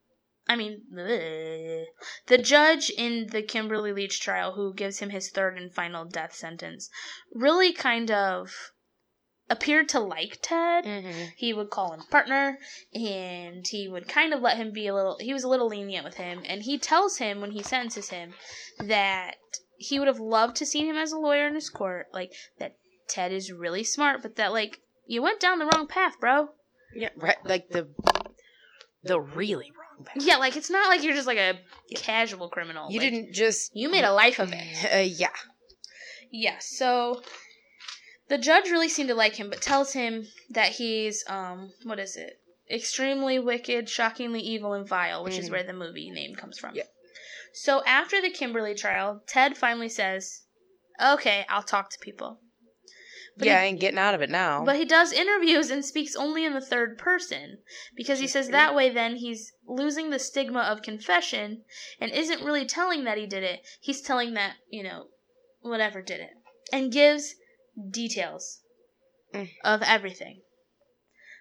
[SPEAKER 2] I mean, bleh, the judge in the Kimberly Leach trial, who gives him his third and final death sentence, really kind of appeared to like Ted.
[SPEAKER 1] Mm-hmm.
[SPEAKER 2] He would call him partner, and he would kind of let him be a little. He was a little lenient with him, and he tells him when he sentences him that he would have loved to seen him as a lawyer in his court, like that Ted is really smart, but that like You went down the wrong path, bro.
[SPEAKER 1] Yeah, right. Like the the really wrong path.
[SPEAKER 2] Yeah, like it's not like you're just like a
[SPEAKER 1] Yeah.
[SPEAKER 2] casual criminal.
[SPEAKER 1] You
[SPEAKER 2] Like,
[SPEAKER 1] didn't just.
[SPEAKER 2] You made a life of it.
[SPEAKER 1] Uh, yeah.
[SPEAKER 2] Yeah, so the judge really seemed to like him, but tells him that he's um what is it? Extremely wicked, shockingly evil, and vile, which is
[SPEAKER 1] Mhm.
[SPEAKER 2] where the movie name comes from.
[SPEAKER 1] Yeah.
[SPEAKER 2] So after the Kimberly trial, Ted finally says, "Okay, I'll talk to people," But
[SPEAKER 1] yeah,
[SPEAKER 2] he-
[SPEAKER 1] I ain't getting out of it now.
[SPEAKER 2] but he does interviews and speaks only in the third person because he
[SPEAKER 1] Which is
[SPEAKER 2] says
[SPEAKER 1] pretty-
[SPEAKER 2] that way then he's losing the stigma of confession and isn't really telling that he did it. He's telling that you know whatever did it and gives details
[SPEAKER 1] Mm.
[SPEAKER 2] of everything.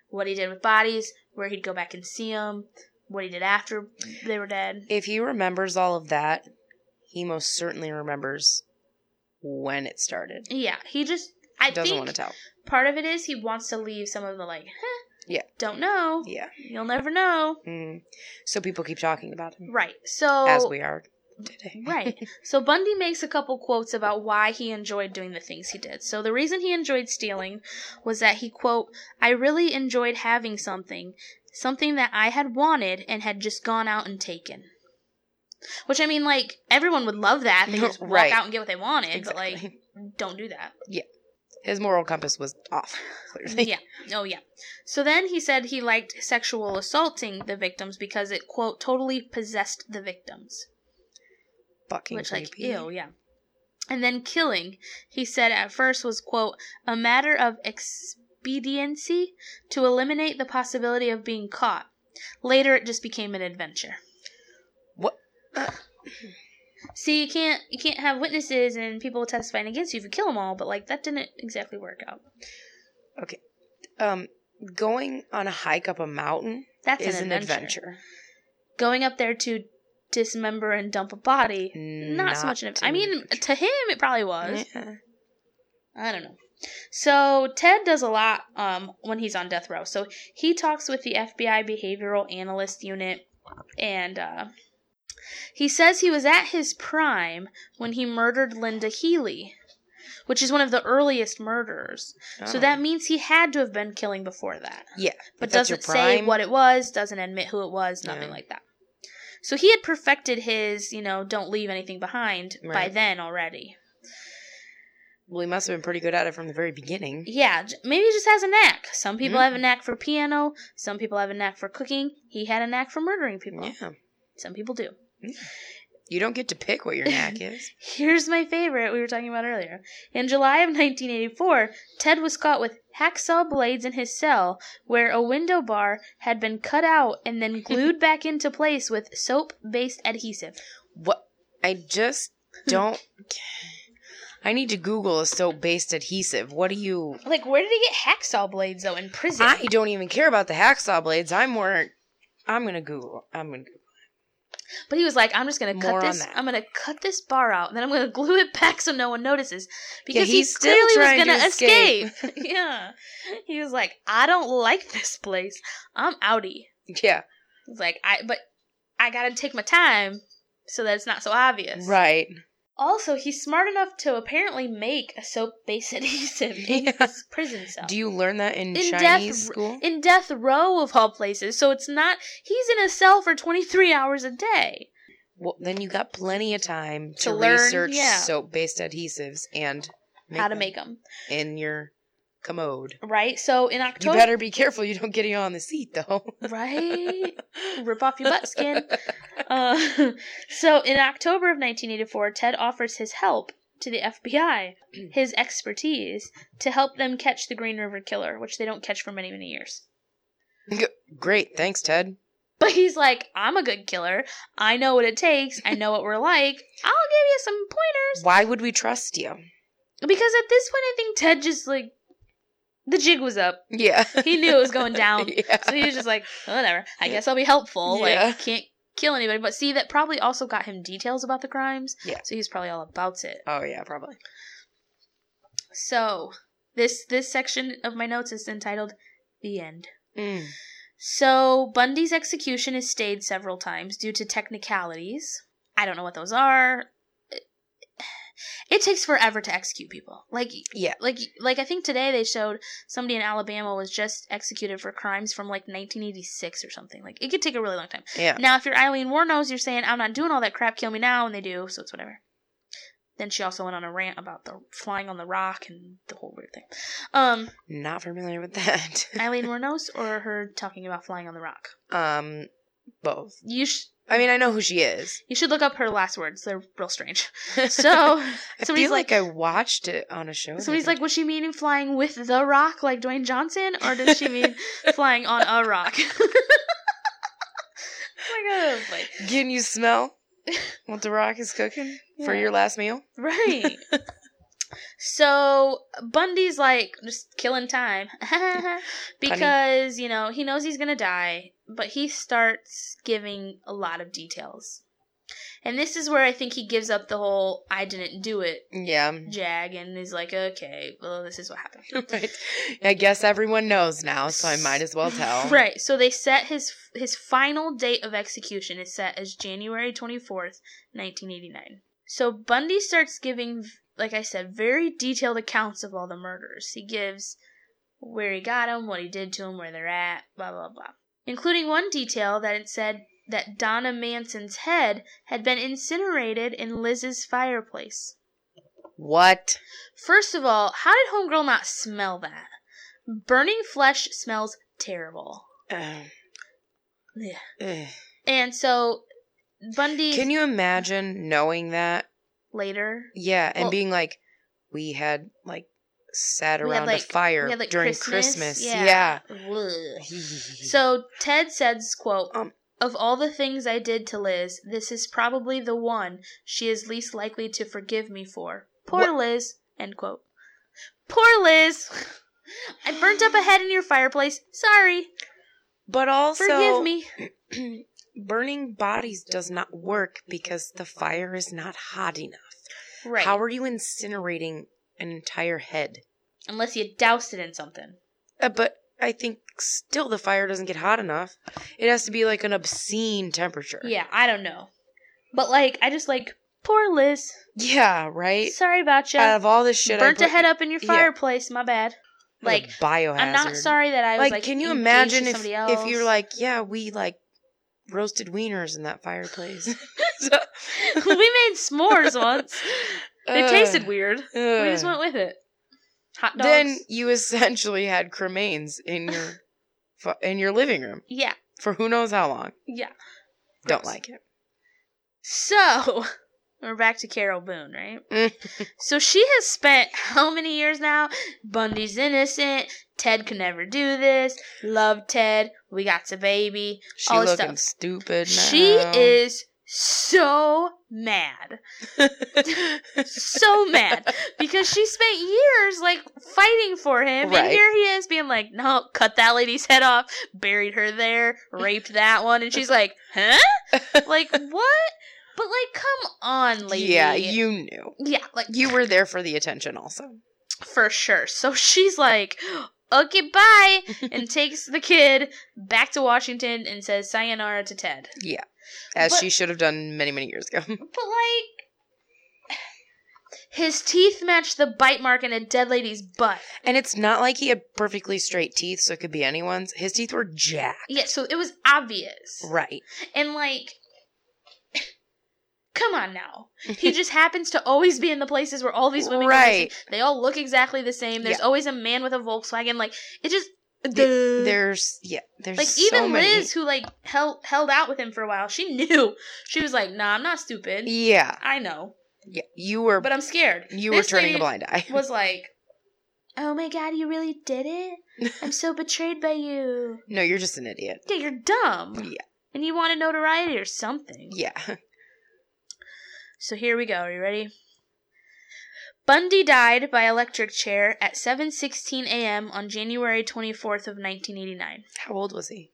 [SPEAKER 2] What he did with bodies, where he'd go back and see them, what he did after they were dead.
[SPEAKER 1] if he remembers all of that, he most certainly remembers when it started.
[SPEAKER 2] Yeah, he just I
[SPEAKER 1] Doesn't want
[SPEAKER 2] think
[SPEAKER 1] to tell.
[SPEAKER 2] part of it is he wants to leave some of the like, huh,
[SPEAKER 1] Yeah.
[SPEAKER 2] don't know,
[SPEAKER 1] Yeah.
[SPEAKER 2] you'll never know.
[SPEAKER 1] Mm. So people keep talking about him
[SPEAKER 2] Right. So
[SPEAKER 1] as
[SPEAKER 2] (laughs)
[SPEAKER 1] we are today.
[SPEAKER 2] Right. So Bundy makes a couple quotes about why he enjoyed doing the things he did. So the reason he enjoyed stealing was that he quote, "I really enjoyed having something, something that I had wanted and had just gone out and taken." Which I mean like everyone would love that.
[SPEAKER 1] (laughs)
[SPEAKER 2] They could just walk
[SPEAKER 1] Right.
[SPEAKER 2] out and get what they wanted, but
[SPEAKER 1] Exactly.
[SPEAKER 2] like don't
[SPEAKER 1] (laughs)
[SPEAKER 2] do that.
[SPEAKER 1] His moral compass was off. (laughs) Clearly.
[SPEAKER 2] yeah. Oh, yeah. So then he said he liked sexual assaulting the victims because it, quote, totally possessed the victims.
[SPEAKER 1] Fucking
[SPEAKER 2] Which, like,
[SPEAKER 1] creepy.
[SPEAKER 2] ew, yeah. And then killing, he said at first was, quote, a matter of expediency to eliminate the possibility of being caught. Later, it just became an adventure.
[SPEAKER 1] What?
[SPEAKER 2] (clears throat) See, you can't you can't have witnesses and people testifying against you if you kill them all, but like that didn't exactly work out.
[SPEAKER 1] Um, going on a hike up a mountain
[SPEAKER 2] That's
[SPEAKER 1] is
[SPEAKER 2] an,
[SPEAKER 1] an adventure.
[SPEAKER 2] Going up there to dismember and dump a body not, so much an I mean, to him, it probably was.
[SPEAKER 1] Yeah.
[SPEAKER 2] I don't know. So Ted does a lot um, when he's on death row. So he talks with the FBI Behavioral Analyst Unit, and uh, he says he was at his prime when he murdered Linda Healy, which is one of the earliest murders. So
[SPEAKER 1] Oh.
[SPEAKER 2] that means he had to have been killing before that
[SPEAKER 1] yeah,
[SPEAKER 2] but
[SPEAKER 1] If that's your
[SPEAKER 2] doesn't say
[SPEAKER 1] prime-
[SPEAKER 2] what it was, doesn't admit who it was, nothing
[SPEAKER 1] Yeah.
[SPEAKER 2] like that. So he had perfected his, you know, don't leave anything behind by
[SPEAKER 1] Right.
[SPEAKER 2] then already.
[SPEAKER 1] Well, he must have been pretty good at it from the very beginning.
[SPEAKER 2] Yeah, j- maybe he just has a knack. Some people
[SPEAKER 1] Mm.
[SPEAKER 2] have a knack for piano, some people have a knack for cooking. He had a knack for murdering people.
[SPEAKER 1] Yeah.
[SPEAKER 2] Some people do.
[SPEAKER 1] You don't get to pick what your knack
[SPEAKER 2] (laughs)
[SPEAKER 1] is.
[SPEAKER 2] Here's my favorite we were talking about earlier. In July of 1984, Ted was caught with hacksaw blades in his cell where a window bar had been cut out
[SPEAKER 1] (laughs)
[SPEAKER 2] and then glued back into place with soap based adhesive.
[SPEAKER 1] What? I just don't. (laughs) I need to Google a soap based adhesive. What do you.
[SPEAKER 2] Like, where did he get hacksaw blades though? In prison?
[SPEAKER 1] I don't even care about the hacksaw blades. I'm more. I'm going to Google. I'm going to.
[SPEAKER 2] but he was like, "I'm just gonna
[SPEAKER 1] More
[SPEAKER 2] cut
[SPEAKER 1] on
[SPEAKER 2] this.
[SPEAKER 1] that.
[SPEAKER 2] I'm gonna cut this bar out, and then I'm gonna (laughs) glue it back so no one notices." Because he
[SPEAKER 1] he's still
[SPEAKER 2] clearly
[SPEAKER 1] trying to
[SPEAKER 2] was gonna
[SPEAKER 1] escape.
[SPEAKER 2] escape.
[SPEAKER 1] (laughs)
[SPEAKER 2] (laughs) yeah, he was like, "I don't like this place. I'm outie."
[SPEAKER 1] Yeah.
[SPEAKER 2] He's like, "I but I gotta take my time so that it's not so obvious."
[SPEAKER 1] Right.
[SPEAKER 2] Also, he's smart enough to apparently make a soap-based (laughs) adhesive in
[SPEAKER 1] Yeah.
[SPEAKER 2] his prison cell.
[SPEAKER 1] Do you learn that in,
[SPEAKER 2] In
[SPEAKER 1] Chinese
[SPEAKER 2] depth-
[SPEAKER 1] school?
[SPEAKER 2] in death row of all places. So it's not he's in a cell for 23 hours a day.
[SPEAKER 1] well, then you got plenty of time to,
[SPEAKER 2] To learn,
[SPEAKER 1] research
[SPEAKER 2] yeah.
[SPEAKER 1] soap based adhesives and
[SPEAKER 2] how to
[SPEAKER 1] them
[SPEAKER 2] make them,
[SPEAKER 1] in your commode.
[SPEAKER 2] right? So in
[SPEAKER 1] You
[SPEAKER 2] October,
[SPEAKER 1] better be careful you don't get it on the seat, though. (laughs)
[SPEAKER 2] right? Rip off your butt skin. Uh, (laughs) so in October of 1984, Ted offers his help to the FBI, his expertise to help them catch the Green River Killer, which they don't catch for many many years.
[SPEAKER 1] Great. Thanks, Ted.
[SPEAKER 2] But he's like, I'm a good killer. I know what it takes. I know what we're like. I'll give you some pointers.
[SPEAKER 1] Why would we trust you? (laughs)
[SPEAKER 2] Because at this point, I think Ted just like the jig was up.
[SPEAKER 1] Yeah. (laughs)
[SPEAKER 2] He knew it was going down,
[SPEAKER 1] Yeah.
[SPEAKER 2] so he
[SPEAKER 1] (laughs)
[SPEAKER 2] was just like, whatever. I guess I'll be helpful.
[SPEAKER 1] Yeah.
[SPEAKER 2] Like, can't kill anybody. But see, that probably also got him details about the crimes.
[SPEAKER 1] Yeah.
[SPEAKER 2] So he's probably all about it.
[SPEAKER 1] Oh, yeah, probably.
[SPEAKER 2] So this this section of my notes is entitled "The End." Mm. So Bundy's execution is stayed several times due to technicalities. I don't know what those are. It takes forever to execute people. Like
[SPEAKER 1] Yeah.
[SPEAKER 2] like like I think today they showed somebody in Alabama was just executed for crimes from like 1986 or something. Like it could take a really long time.
[SPEAKER 1] Yeah.
[SPEAKER 2] Now if you're Eileen Warnos, you're saying I'm not doing all that crap, kill me now, and they do, so it's whatever. Then she also went on a rant about the flying on the rock and the whole weird thing. Um,
[SPEAKER 1] Not familiar with that. (laughs)
[SPEAKER 2] Eileen Warnos or her talking about flying on the rock.
[SPEAKER 1] um, both.
[SPEAKER 2] You sh-
[SPEAKER 1] I mean, I know who she is.
[SPEAKER 2] you should look up her last words. They're real strange.
[SPEAKER 1] (laughs)
[SPEAKER 2] So
[SPEAKER 1] I
[SPEAKER 2] (laughs) somebody's
[SPEAKER 1] feel like, I watched it on a show.
[SPEAKER 2] So he's
[SPEAKER 1] the other
[SPEAKER 2] like, was she meaning flying with the rock like Dwayne Johnson, or does she mean flying on a rock? (laughs) Oh my God,
[SPEAKER 1] day. can you smell what the Rock is cooking for
[SPEAKER 2] Yeah.
[SPEAKER 1] your last meal?
[SPEAKER 2] like, right. So Bundy's like just killing time (laughs) because you know he knows he's gonna die, but he starts giving a lot of details, and this is where I think he gives up the whole "I didn't do it"
[SPEAKER 1] Yeah, (laughs)
[SPEAKER 2] jag and is like, okay, well this is what happened.
[SPEAKER 1] right. I guess everyone knows now, so I might as
[SPEAKER 2] (laughs)
[SPEAKER 1] well tell.
[SPEAKER 2] Right. So they set his his final date of execution is set as January 24th, 1989. So Bundy starts giving like I said, very detailed accounts of all the murders. He gives where he got them, what he did to them, where they're at, blah blah blah. Including one detail that it said that Donna Manson's head had been incinerated in Liz's fireplace.
[SPEAKER 1] What?
[SPEAKER 2] First of all, how did Homegirl not smell that? Burning flesh smells terrible.
[SPEAKER 1] Um,
[SPEAKER 2] Yeah.
[SPEAKER 1] eh.
[SPEAKER 2] And so Bundy
[SPEAKER 1] Can you imagine knowing that?
[SPEAKER 2] later
[SPEAKER 1] Yeah, and
[SPEAKER 2] Well-
[SPEAKER 1] being like, we had like sat
[SPEAKER 2] We
[SPEAKER 1] around
[SPEAKER 2] had, like-
[SPEAKER 1] a fire
[SPEAKER 2] we had, like,
[SPEAKER 1] during
[SPEAKER 2] Christmas.
[SPEAKER 1] Christmas.
[SPEAKER 2] Yeah.
[SPEAKER 1] Yeah.
[SPEAKER 2] (laughs) Ugh. So Ted says, quote,
[SPEAKER 1] Um.
[SPEAKER 2] of all the things I did to Liz, this is probably the one she is least likely to forgive me for. Poor
[SPEAKER 1] What-
[SPEAKER 2] Liz, end quote. Poor Liz. (laughs) I burnt up a head in your fireplace. Sorry.
[SPEAKER 1] but also
[SPEAKER 2] Forgive me.
[SPEAKER 1] (clears throat) burning bodies does not work because the fire is not hot enough.
[SPEAKER 2] Right.
[SPEAKER 1] How are you incinerating an entire head?
[SPEAKER 2] Unless you doused it in something.
[SPEAKER 1] Uh, but I think still the fire doesn't get hot enough. It has to be like an obscene temperature.
[SPEAKER 2] Yeah, I don't know. But like, I just like, poor Liz.
[SPEAKER 1] Yeah, right?
[SPEAKER 2] Sorry about you.
[SPEAKER 1] Out of all this shit
[SPEAKER 2] burnt
[SPEAKER 1] I
[SPEAKER 2] a head up in your
[SPEAKER 1] yeah.
[SPEAKER 2] fireplace. My bad. Like,
[SPEAKER 1] biohazard.
[SPEAKER 2] I'm not sorry that I was
[SPEAKER 1] Like,
[SPEAKER 2] like.
[SPEAKER 1] can you
[SPEAKER 2] engaged
[SPEAKER 1] imagine
[SPEAKER 2] to
[SPEAKER 1] if,
[SPEAKER 2] somebody else.
[SPEAKER 1] if you're like, yeah, we like roasted wieners in that fireplace? So-
[SPEAKER 2] (laughs) we made s'mores once. (laughs)
[SPEAKER 1] (laughs)
[SPEAKER 2] They tasted
[SPEAKER 1] Ugh.
[SPEAKER 2] weird. we just
[SPEAKER 1] Ugh.
[SPEAKER 2] went with it. Hot dogs.
[SPEAKER 1] Uh, Then you essentially had cremains in
[SPEAKER 2] (laughs)
[SPEAKER 1] your fu- in your living room
[SPEAKER 2] yeah,
[SPEAKER 1] for who knows how long.
[SPEAKER 2] yeah.
[SPEAKER 1] Don't
[SPEAKER 2] Gross.
[SPEAKER 1] like it.
[SPEAKER 2] So (laughs) we're back to Carol Boone,
[SPEAKER 1] (laughs)
[SPEAKER 2] right?
[SPEAKER 1] Mm.
[SPEAKER 2] so she has spent how many years now? Bundy's innocent. Ted could never do this. Love Ted. We got a baby.
[SPEAKER 1] She
[SPEAKER 2] All this
[SPEAKER 1] looking
[SPEAKER 2] stuff.
[SPEAKER 1] stupid. Now.
[SPEAKER 2] She
[SPEAKER 1] (laughs)
[SPEAKER 2] is so mad. so mad because she spent years like fighting for him, and
[SPEAKER 1] Right.
[SPEAKER 2] here he is being like, "No, cut that lady's head off, buried her there, raped that one," and she's like,
[SPEAKER 1] (laughs)
[SPEAKER 2] "Huh? like what?" But like, come on, lady.
[SPEAKER 1] Yeah, you knew.
[SPEAKER 2] yeah, like
[SPEAKER 1] You were there for the attention, also.
[SPEAKER 2] for sure. So she's like, "Okay,
[SPEAKER 1] (laughs)
[SPEAKER 2] bye," and takes the kid back to Washington and says, "Sayonara to Ted."
[SPEAKER 1] As
[SPEAKER 2] But-
[SPEAKER 1] she should have done many, many years ago. (laughs)
[SPEAKER 2] But like. His teeth match the bite mark in a dead lady's butt.
[SPEAKER 1] And it's not like he had perfectly straight teeth, so it could be anyone's. His teeth were jacked.
[SPEAKER 2] Yeah, so it was obvious.
[SPEAKER 1] Right.
[SPEAKER 2] And like come on now.
[SPEAKER 1] (laughs)
[SPEAKER 2] He just happens to always be in the places where all these women go
[SPEAKER 1] Right.
[SPEAKER 2] missing. They all look exactly the same. There's
[SPEAKER 1] Yeah.
[SPEAKER 2] always a man with a Volkswagen like it just
[SPEAKER 1] There's yeah. There's
[SPEAKER 2] Mm. like
[SPEAKER 1] so
[SPEAKER 2] even
[SPEAKER 1] many.
[SPEAKER 2] Liz who like held held out with him for a while, she knew. She was like, "Nah, I'm not stupid.
[SPEAKER 1] Yeah.
[SPEAKER 2] I know,
[SPEAKER 1] Yeah. You were.
[SPEAKER 2] but I'm scared."
[SPEAKER 1] you were
[SPEAKER 2] this
[SPEAKER 1] turning a
[SPEAKER 2] lady
[SPEAKER 1] blind eye.
[SPEAKER 2] Was like, "Oh my god, you really did it? I'm so betrayed by you.
[SPEAKER 1] (laughs) no, you're just an idiot.
[SPEAKER 2] Yeah, you're dumb."
[SPEAKER 1] Yeah.
[SPEAKER 2] And you wanted notoriety or something.
[SPEAKER 1] Yeah. (laughs)
[SPEAKER 2] So here we go. Are you ready? Bundy died by electric chair at 7:16 a.m. on January 24th of 1989.
[SPEAKER 1] How old was he?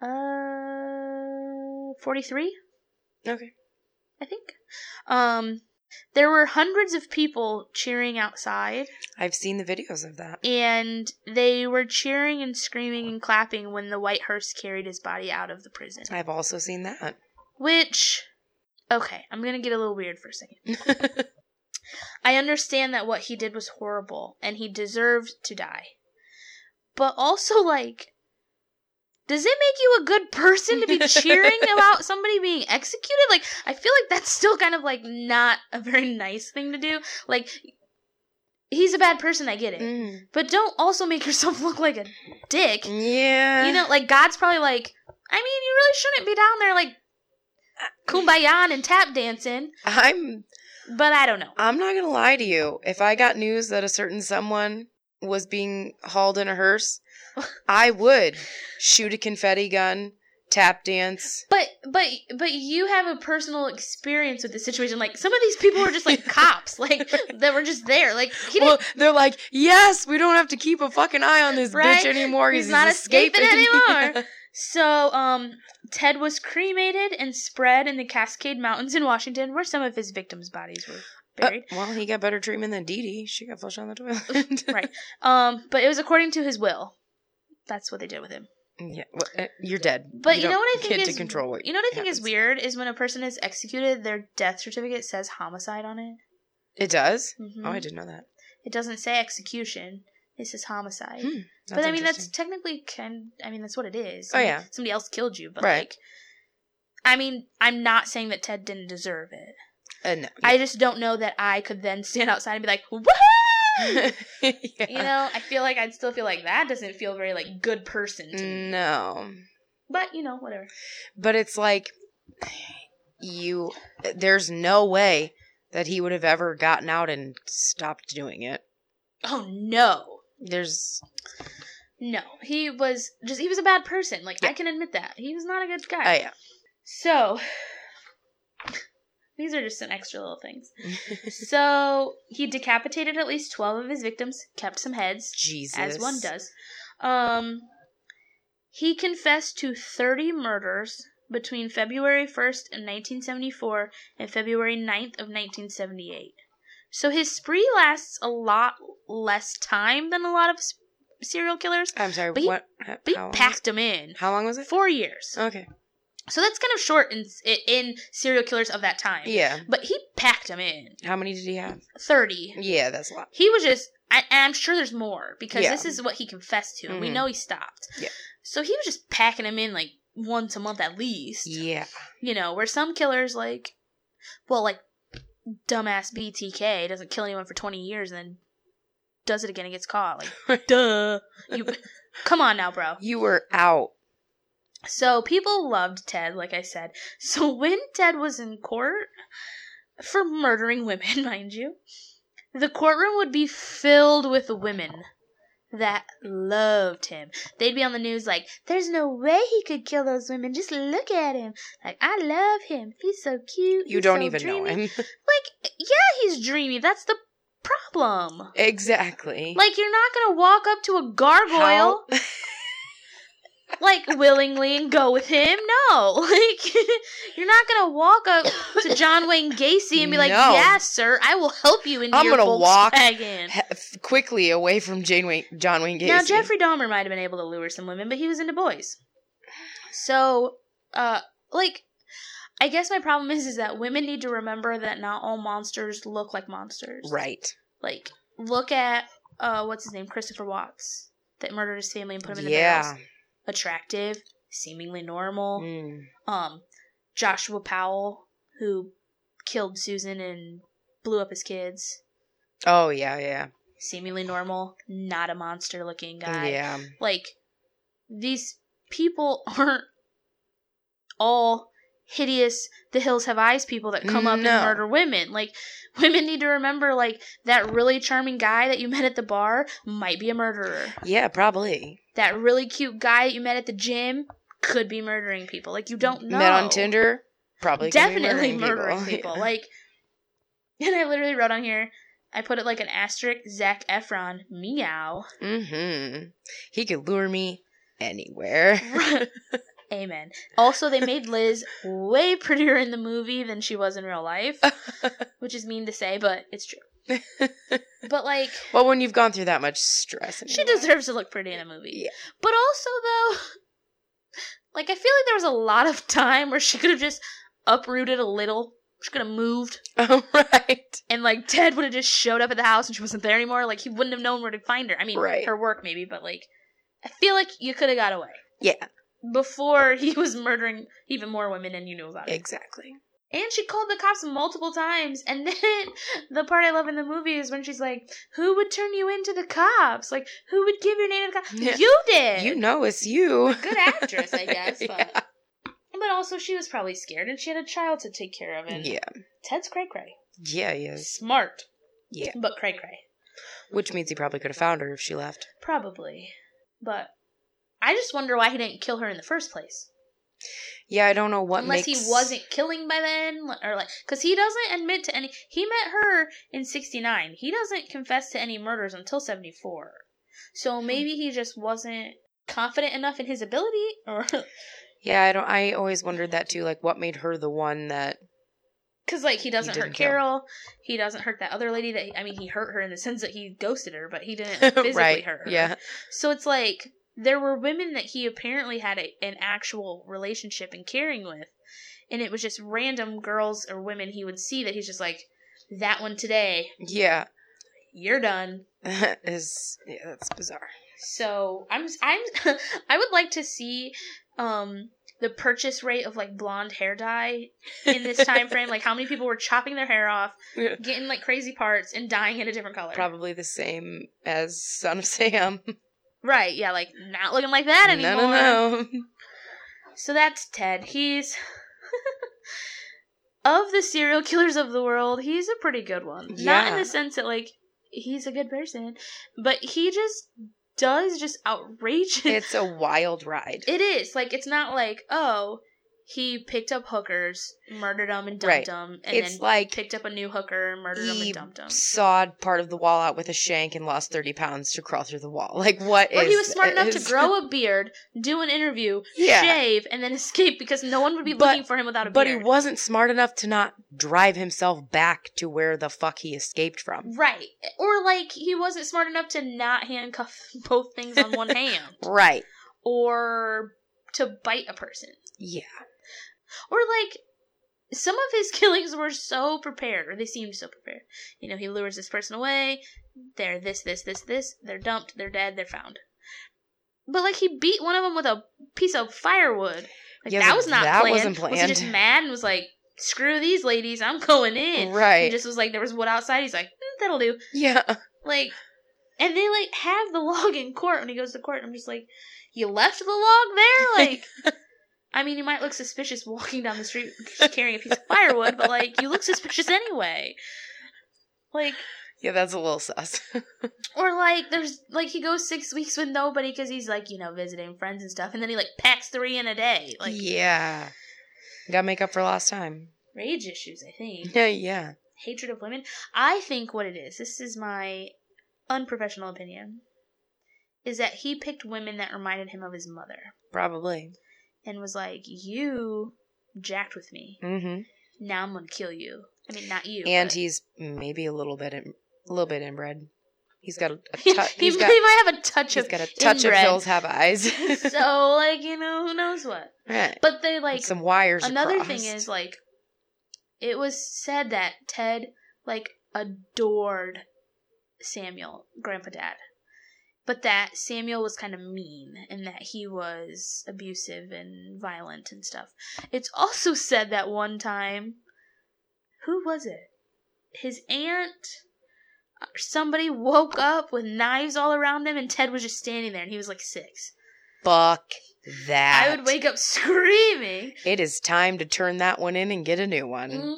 [SPEAKER 2] Uh 43,
[SPEAKER 1] Okay.
[SPEAKER 2] I think. Um there were hundreds of people cheering outside
[SPEAKER 1] I've seen the videos of that.
[SPEAKER 2] and they were cheering and screaming and clapping when the white hearse carried his body out of the prison.
[SPEAKER 1] I've also seen that.
[SPEAKER 2] Which Okay, I'm gonna get a little weird for a second. I understand that what he did was horrible and he deserved to die. But also, like, does it make you a good person to be cheering about somebody being executed? Like, I feel like that's still kind of like not a very nice thing to do. Like, he's a bad person, I get it.
[SPEAKER 1] Mm.
[SPEAKER 2] But don't also make yourself look like a dick.
[SPEAKER 1] Yeah.
[SPEAKER 2] You know, like, God's probably like, I mean, you really shouldn't be down there, like, kumbaya and tap dancing.
[SPEAKER 1] I'm
[SPEAKER 2] But I don't know.
[SPEAKER 1] I'm not gonna lie to you. If I got news that a certain someone was being hauled in a
[SPEAKER 2] (laughs)
[SPEAKER 1] hearse, I would shoot a confetti gun, tap dance.
[SPEAKER 2] But but but you have a personal experience with the situation. Like some of these people were
[SPEAKER 1] (laughs)
[SPEAKER 2] just like cops, like that were just there. Like he didn't.
[SPEAKER 1] Well, they're like, yes, we don't have to keep a fucking eye on this
[SPEAKER 2] Right?
[SPEAKER 1] bitch anymore. 'cause
[SPEAKER 2] He's not escaping anymore.
[SPEAKER 1] (laughs) Yeah.
[SPEAKER 2] so um, Ted was cremated and spread in the Cascade Mountains in Washington, where some of his victims' bodies were
[SPEAKER 1] Uh,
[SPEAKER 2] buried.
[SPEAKER 1] well, he got better treatment than Dee Dee. She got flushed on the toilet.
[SPEAKER 2] (laughs) Right. um, but it was according to his will. That's what they did with him.
[SPEAKER 1] (laughs) yeah. Well, uh, you're dead.
[SPEAKER 2] But you, know
[SPEAKER 1] don't
[SPEAKER 2] what I think
[SPEAKER 1] get
[SPEAKER 2] is
[SPEAKER 1] to control what
[SPEAKER 2] you know what I think is
[SPEAKER 1] happens.
[SPEAKER 2] weird is when a person is executed, their death certificate says homicide on it.
[SPEAKER 1] It does.
[SPEAKER 2] Mhm.
[SPEAKER 1] Oh, I didn't know that.
[SPEAKER 2] It doesn't say execution. It says homicide.
[SPEAKER 1] Hmm,
[SPEAKER 2] but I mean, that's
[SPEAKER 1] interesting.
[SPEAKER 2] technically kind. I mean, that's what it is.
[SPEAKER 1] Oh,
[SPEAKER 2] Like,
[SPEAKER 1] yeah.
[SPEAKER 2] somebody else killed you, but
[SPEAKER 1] Right.
[SPEAKER 2] like, I mean, I'm not saying that Ted didn't deserve it.
[SPEAKER 1] Uh, no.
[SPEAKER 2] I just don't know that I could then stand outside and be like, "Woohoo!"
[SPEAKER 1] (laughs) Yeah.
[SPEAKER 2] You know, I feel like I'd still feel like that doesn't feel very like good person to
[SPEAKER 1] Mm.
[SPEAKER 2] me.
[SPEAKER 1] No.
[SPEAKER 2] But you know, whatever.
[SPEAKER 1] But it's like you there's no way that he would have ever gotten out and stopped doing it.
[SPEAKER 2] Oh no,
[SPEAKER 1] There's
[SPEAKER 2] no, he was just he was a bad person. Like I can admit that he was not a good guy.
[SPEAKER 1] oh yeah.
[SPEAKER 2] So, (sighs) these are just some extra little
[SPEAKER 1] (laughs)
[SPEAKER 2] things. so, he decapitated at least 12 of his victims, kept some heads,
[SPEAKER 1] Jesus.
[SPEAKER 2] as one does. Um, he confessed to 30 murders between February 1st of 1974 and February 9th of 1978. So, his spree lasts a lot less time than a lot of s- serial killers,
[SPEAKER 1] I'm sorry,
[SPEAKER 2] But he-
[SPEAKER 1] what how,
[SPEAKER 2] but he
[SPEAKER 1] long was-
[SPEAKER 2] packed them in.
[SPEAKER 1] how long was it?
[SPEAKER 2] Four years.
[SPEAKER 1] Okay.
[SPEAKER 2] So that's kind of short in in serial killers of that time.
[SPEAKER 1] Yeah.
[SPEAKER 2] But he packed them in
[SPEAKER 1] How many did he have?
[SPEAKER 2] thirty.
[SPEAKER 1] Yeah, that's a lot.
[SPEAKER 2] He was just, I, and I'm sure there's more because
[SPEAKER 1] Yeah.
[SPEAKER 2] this is what he confessed to, and we
[SPEAKER 1] Mhm.
[SPEAKER 2] know he stopped.
[SPEAKER 1] Yeah.
[SPEAKER 2] So he was just packing them in like once a month at least.
[SPEAKER 1] Yeah.
[SPEAKER 2] You know, where some killers like, well, like dumbass BTK doesn't kill anyone for twenty years and then does it again and gets caught. Like, (laughs) duh. You,
[SPEAKER 1] (laughs)
[SPEAKER 2] come on now, bro.
[SPEAKER 1] You were out.
[SPEAKER 2] So people loved Ted, like I said. (laughs) So when Ted was in court for murdering women, (laughs) mind you, the courtroom would be filled with women that loved him. They'd be on the news like, "There's no way he could kill those women. Just look at him. Like I love him. He's so cute.
[SPEAKER 1] You
[SPEAKER 2] He's
[SPEAKER 1] don't
[SPEAKER 2] so
[SPEAKER 1] even know
[SPEAKER 2] dreamy."
[SPEAKER 1] him. (laughs)
[SPEAKER 2] Like, yeah, he's dreamy. That's the problem.
[SPEAKER 1] exactly.
[SPEAKER 2] Like you're not gonna walk up to a gargoyle
[SPEAKER 1] How-
[SPEAKER 2] (laughs) like willingly and go with him. No, (laughs) like you're not gonna walk up to John Wayne Gacy and be like,
[SPEAKER 1] No.
[SPEAKER 2] "Yes, sir, I will help you into
[SPEAKER 1] I'm
[SPEAKER 2] your
[SPEAKER 1] gonna walk
[SPEAKER 2] Volkswagen."
[SPEAKER 1] he- f- quickly away from Jane Wayne, John Wayne Gacy.
[SPEAKER 2] Now Jeffrey Dahmer might have been able to lure some women, but he was into boys. So, uh, like, I guess my problem is is that women need to remember that not all monsters look like monsters.
[SPEAKER 1] Right.
[SPEAKER 2] Like, look at uh, what's his name, Christopher Watts, that murdered his family and put him in the
[SPEAKER 1] Yeah.
[SPEAKER 2] barrels. Attractive, seemingly normal.
[SPEAKER 1] Mm.
[SPEAKER 2] um Joshua Powell who killed Susan and blew up his kids.
[SPEAKER 1] Oh yeah, yeah.
[SPEAKER 2] Seemingly normal, not a monster looking guy.
[SPEAKER 1] Yeah.
[SPEAKER 2] Like these people (laughs) aren't all hideous the hills have eyes people that come up
[SPEAKER 1] No.
[SPEAKER 2] and murder women. Like (laughs) women need to remember like that really charming guy that you met at the bar might be a murderer.
[SPEAKER 1] Yeah, probably.
[SPEAKER 2] That really cute guy that you met at the gym could be murdering people. Like you don't know.
[SPEAKER 1] Met on Tinder? Probably. could be
[SPEAKER 2] definitely murdering, people.
[SPEAKER 1] (laughs) Yeah.
[SPEAKER 2] (laughs) Like, and I literally wrote on here, I put it like an asterisk, Zach Efron, meow.
[SPEAKER 1] Mhm. He could lure me anywhere.
[SPEAKER 2] Amen. Also, they made Liz way prettier in the movie than she was in
[SPEAKER 1] (laughs)
[SPEAKER 2] real life, which is mean to say, but it's true. But like,
[SPEAKER 1] well, when you've gone through that much stress, and
[SPEAKER 2] she deserves to look pretty in a movie.
[SPEAKER 1] Yeah.
[SPEAKER 2] But also, though, like, I feel like there was a lot of time where she could have just uprooted a little, she could have moved,
[SPEAKER 1] (laughs) Oh, right.
[SPEAKER 2] and like Ted would have just showed up at the house and she wasn't there anymore. Like he wouldn't have known where to find her. I mean,
[SPEAKER 1] Right.
[SPEAKER 2] her work maybe, but like I feel like you could have got away
[SPEAKER 1] Yeah,
[SPEAKER 2] before he was murdering even more women and you knew about it.
[SPEAKER 1] exactly.
[SPEAKER 2] And she called the cops multiple times. And (laughs) then the part I love in the movie is when she's like, "Who would turn you into the cops? Like, who would give your name to the cops?
[SPEAKER 1] Yeah.
[SPEAKER 2] You did.
[SPEAKER 1] You know it's you.
[SPEAKER 2] (laughs) Good actress, I guess. But
[SPEAKER 1] (laughs) yeah.
[SPEAKER 2] but also she was probably scared, and she had a child to take care of. And
[SPEAKER 1] yeah.
[SPEAKER 2] Ted's cray cray,
[SPEAKER 1] Yeah, he is.
[SPEAKER 2] smart,
[SPEAKER 1] Yeah.
[SPEAKER 2] but cray cray.
[SPEAKER 1] Which means he probably could have found her if she left.
[SPEAKER 2] Probably. But I just wonder why he didn't kill her in the first place.
[SPEAKER 1] Yeah, I don't know what
[SPEAKER 2] Unless
[SPEAKER 1] makes-
[SPEAKER 2] he wasn't killing by then, or like, because he doesn't admit to any. He met her in 69. He doesn't confess to any murders until 74. So
[SPEAKER 1] Hmm.
[SPEAKER 2] maybe he just wasn't confident enough in his ability, or. (laughs)
[SPEAKER 1] Yeah, I don't. I always wondered that too. Like, what made her the one that?
[SPEAKER 2] Because, like, he doesn't hurt
[SPEAKER 1] didn't kill.
[SPEAKER 2] Carol. He doesn't hurt that other lady that. I mean, he hurt her in the sense that he ghosted her, but he didn't (laughs) physically
[SPEAKER 1] (laughs) right.
[SPEAKER 2] hurt her.
[SPEAKER 1] Yeah.
[SPEAKER 2] So it's like there were women that he apparently had a, an actual relationship and caring with, and it was just random girls or women he would see that he's just like, that one today,
[SPEAKER 1] Yeah. (laughs)
[SPEAKER 2] you're done.
[SPEAKER 1] That is. Yeah, that's bizarre.
[SPEAKER 2] So I'm I'm (laughs) I would like to see um the purchase rate of like blonde hair dye
[SPEAKER 1] (laughs)
[SPEAKER 2] in this time frame, like how many people were chopping their hair off, getting like crazy parts, and dyeing it a different color.
[SPEAKER 1] Probably the same as Son of Sam.
[SPEAKER 2] Right? Yeah, like not looking like that anymore.
[SPEAKER 1] (laughs) No, no, no.
[SPEAKER 2] So that's Ted. He's (laughs) of the serial killers of the world, he's a pretty good one. Not in
[SPEAKER 1] Yeah.
[SPEAKER 2] the sense that like he's a good person, but he just does just outrageous.
[SPEAKER 1] It's a wild ride.
[SPEAKER 2] (laughs) it is like it's not like oh he picked up hookers, murdered them, and
[SPEAKER 1] Right.
[SPEAKER 2] dumped them, (laughs) and
[SPEAKER 1] it's
[SPEAKER 2] then
[SPEAKER 1] like
[SPEAKER 2] picked up a new hooker, murdered them,
[SPEAKER 1] he
[SPEAKER 2] and dumped them.
[SPEAKER 1] sawed part of the wall out with a shank and lost thirty pounds to crawl through the wall. (laughs) Like, what is?
[SPEAKER 2] Or he was smart enough to
[SPEAKER 1] this?
[SPEAKER 2] grow a beard, do an interview,
[SPEAKER 1] (laughs) Yeah.
[SPEAKER 2] shave, and then (laughs) escape because no one would be
[SPEAKER 1] But-
[SPEAKER 2] looking for him without a
[SPEAKER 1] But he
[SPEAKER 2] beard.
[SPEAKER 1] wasn't smart enough to not drive himself back to where the fuck he escaped from.
[SPEAKER 2] Right. Or like he wasn't smart enough to not handcuff (laughs) both things on
[SPEAKER 1] (laughs)
[SPEAKER 2] one hand
[SPEAKER 1] Right.
[SPEAKER 2] or to bite a person.
[SPEAKER 1] Yeah.
[SPEAKER 2] Or like some of his (laughs) killings were so prepared or they seemed so prepared. You know, he lures this person away, they're this this this this, they're dumped, they're dead, they're found. But like he beat one of them with a piece of firewood. Like
[SPEAKER 1] Yeah,
[SPEAKER 2] that
[SPEAKER 1] but
[SPEAKER 2] was not
[SPEAKER 1] that
[SPEAKER 2] planned.
[SPEAKER 1] wasn't
[SPEAKER 2] Was he just
[SPEAKER 1] planned.
[SPEAKER 2] mad and was like, "Screw these ladies, I'm going in." He
[SPEAKER 1] Right.
[SPEAKER 2] (laughs) just was like, there was wood outside. He's like, "Mm, "That'll do."
[SPEAKER 1] yeah.
[SPEAKER 2] Like, and they like have the (laughs) log in court when he goes to court. And I'm just like, you left the log there. Like, I mean, you might look suspicious walking down the street (laughs) carrying a piece of firewood, but like, you look suspicious anyway. Like,
[SPEAKER 1] Yeah, that's a little sus. (laughs)
[SPEAKER 2] or like, there's like he goes six weeks with nobody because he's like, you know, visiting friends and stuff, and then he like packs three in a day. Like,
[SPEAKER 1] yeah. Gotta make up for lost time. (laughs)
[SPEAKER 2] rage issues, I think.
[SPEAKER 1] Yeah, yeah.
[SPEAKER 2] hatred of women. I think what it is, this is my unprofessional opinion, is that he picked women that reminded him of his mother
[SPEAKER 1] Probably.
[SPEAKER 2] and was like, You jacked with me.
[SPEAKER 1] hmm
[SPEAKER 2] Now I'm going to kill you. I mean, not you.
[SPEAKER 1] And
[SPEAKER 2] but-
[SPEAKER 1] he's maybe a little bit, in, a little bit inbred. He's got a, a
[SPEAKER 2] (laughs) he,
[SPEAKER 1] touch.
[SPEAKER 2] he
[SPEAKER 1] He's got,
[SPEAKER 2] might have a touch
[SPEAKER 1] he's
[SPEAKER 2] of.
[SPEAKER 1] got a touch
[SPEAKER 2] inbred.
[SPEAKER 1] of hills have eyes.
[SPEAKER 2] (laughs)
[SPEAKER 1] (laughs)
[SPEAKER 2] so, like, you know, who knows what.
[SPEAKER 1] right.
[SPEAKER 2] But they, like,
[SPEAKER 1] Some wires.
[SPEAKER 2] another
[SPEAKER 1] across.
[SPEAKER 2] thing is, like, it was said that Ted, like, adored Samuel, grandpa dad. But that Samuel was kind of mean and that he was abusive and violent and stuff. It's also said that one time, who was it? His aunt or somebody woke up with knives all around him and Ted was just standing there and he was like six.
[SPEAKER 1] fuck that.
[SPEAKER 2] I would wake up (laughs) screaming.
[SPEAKER 1] It is time to turn that one in and get a new (laughs) one.
[SPEAKER 2] hmm Well,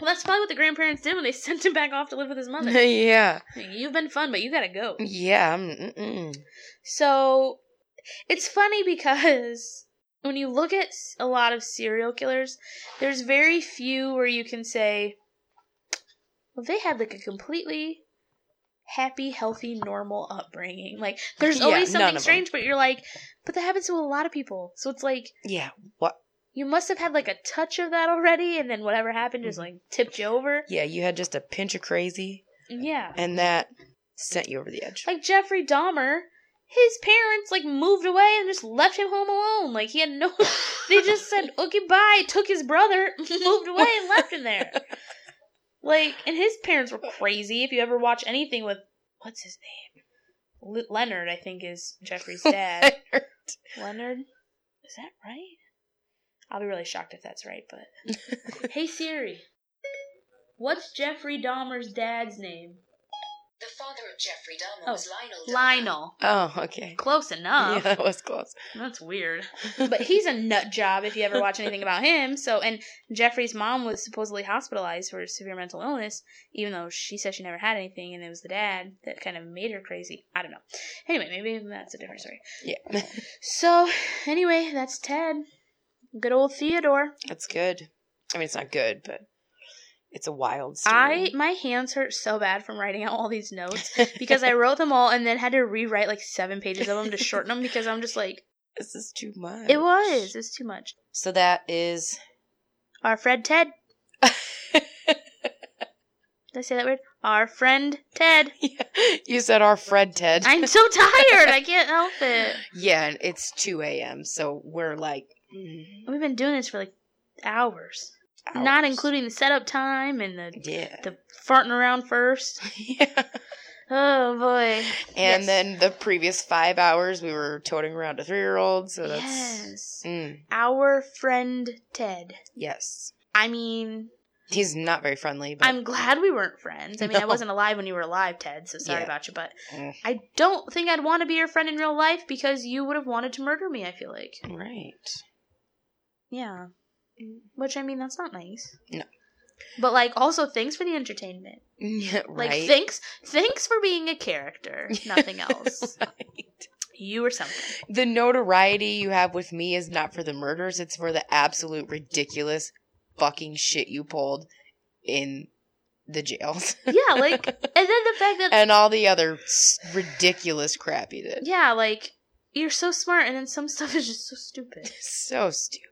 [SPEAKER 2] Mm-hmm. that's probably what the grandparents did when they (laughs) sent him back off to live with his mother.
[SPEAKER 1] yeah.
[SPEAKER 2] You've been fun, but you gotta go.
[SPEAKER 1] Yeah. I'm- Mm-mm.
[SPEAKER 2] So it's funny because when you look at s- a lot of serial killers, there's very few where you can say, well, they had like a completely happy, healthy, normal upbringing. Like, there's
[SPEAKER 1] Yeah,
[SPEAKER 2] always
[SPEAKER 1] none of
[SPEAKER 2] something
[SPEAKER 1] 'em.
[SPEAKER 2] strange, but you're like, but that happens to a lot of people. So it's like,
[SPEAKER 1] Yeah. What?
[SPEAKER 2] you must have had like a touch of that already, and then whatever happened
[SPEAKER 1] Mm.
[SPEAKER 2] just like tipped you over.
[SPEAKER 1] Yeah. You had just a pinch of crazy,
[SPEAKER 2] Yeah. (laughs)
[SPEAKER 1] and that sent you over the edge.
[SPEAKER 2] Like Jeffrey Dahmer, his parents like moved away and just left him home alone. Like he had no. (laughs) they just said okay bye. Took his brother, (laughs) moved away, and left him there. Like, and his parents were crazy. If you ever watch anything with what's his name, Le- Leonard, I think is Jeffrey's dad. Leonard, is that right? I'll be really shocked if that's right. But (laughs) hey Siri, what's Jeffrey Dahmer's dad's name?
[SPEAKER 3] The father of Jeffrey Dahmer
[SPEAKER 2] Oh,
[SPEAKER 3] was Lionel Dahmer.
[SPEAKER 2] Lionel.
[SPEAKER 1] Oh, okay. (laughs)
[SPEAKER 2] Close
[SPEAKER 1] Yeah,
[SPEAKER 2] enough.
[SPEAKER 1] that was close.
[SPEAKER 2] That's weird. (laughs) But he's a nut job if you ever watch anything about him. So, and Jeffrey's mom was supposedly hospitalized for severe mental illness, even though she said she never had anything, and it was the dad that kind of made her crazy. I don't know. Anyway, maybe that's a different story.
[SPEAKER 1] Yeah, (laughs)
[SPEAKER 2] So, anyway, that's Ted. Good old Theodore.
[SPEAKER 1] that's good. I mean, it's not good, but it's a wild story.
[SPEAKER 2] I my hands hurt so bad from writing out all these notes (laughs) because I wrote them all and then had to rewrite like seven pages of them to shorten them because I'm just (laughs) like
[SPEAKER 1] (laughs) this is too much.
[SPEAKER 2] it was it's too much.
[SPEAKER 1] So that is
[SPEAKER 2] Our
[SPEAKER 1] (laughs)
[SPEAKER 2] friend Ted. Did I say that word? Our friend Ted.
[SPEAKER 1] (laughs) you said our Fred Ted.
[SPEAKER 2] I'm so tired. I can't help it.
[SPEAKER 1] yeah, and it's two a.m. So we're like mm,
[SPEAKER 2] We've been doing this for like hours,
[SPEAKER 1] hours.
[SPEAKER 2] not including the setup time and the
[SPEAKER 1] Yeah.
[SPEAKER 2] (laughs)
[SPEAKER 1] (laughs)
[SPEAKER 2] the farting around first.
[SPEAKER 1] yeah.
[SPEAKER 2] Oh boy.
[SPEAKER 1] And
[SPEAKER 2] Yes.
[SPEAKER 1] then the previous five hours we were toting around a three-year-old. So that's
[SPEAKER 2] yes.
[SPEAKER 1] Mm,
[SPEAKER 2] Our friend Ted.
[SPEAKER 1] yes.
[SPEAKER 2] I mean,
[SPEAKER 1] He's not very friendly, but
[SPEAKER 2] I'm glad we weren't friends. I mean, I
[SPEAKER 1] No.
[SPEAKER 2] wasn't alive when you were alive, Ted, so sorry
[SPEAKER 1] Yeah.
[SPEAKER 2] about you, but
[SPEAKER 1] Mm.
[SPEAKER 2] I don't think I'd want to be your friend in real life because you would have wanted to murder me, I feel like.
[SPEAKER 1] right. (laughs)
[SPEAKER 2] Yeah. Which I mean, that's not nice.
[SPEAKER 1] Mm-hmm. No.
[SPEAKER 2] But like, also thanks for the entertainment.
[SPEAKER 1] Yeah,
[SPEAKER 2] Like,
[SPEAKER 1] right.
[SPEAKER 2] thanks, thanks for being a
[SPEAKER 1] (laughs)
[SPEAKER 2] character. Nothing else.
[SPEAKER 1] Right.
[SPEAKER 2] you were something.
[SPEAKER 1] The notoriety you have with me is not for the murders, it's for the absolute ridiculous fucking shit you pulled in the jails.
[SPEAKER 2] Yeah.
[SPEAKER 1] (laughs)
[SPEAKER 2] Like, and then the fact that
[SPEAKER 1] and all the other s- ridiculous crap you did.
[SPEAKER 2] yeah, like you're so smart, and then some (laughs) stuff is just so stupid.
[SPEAKER 1] So stupid.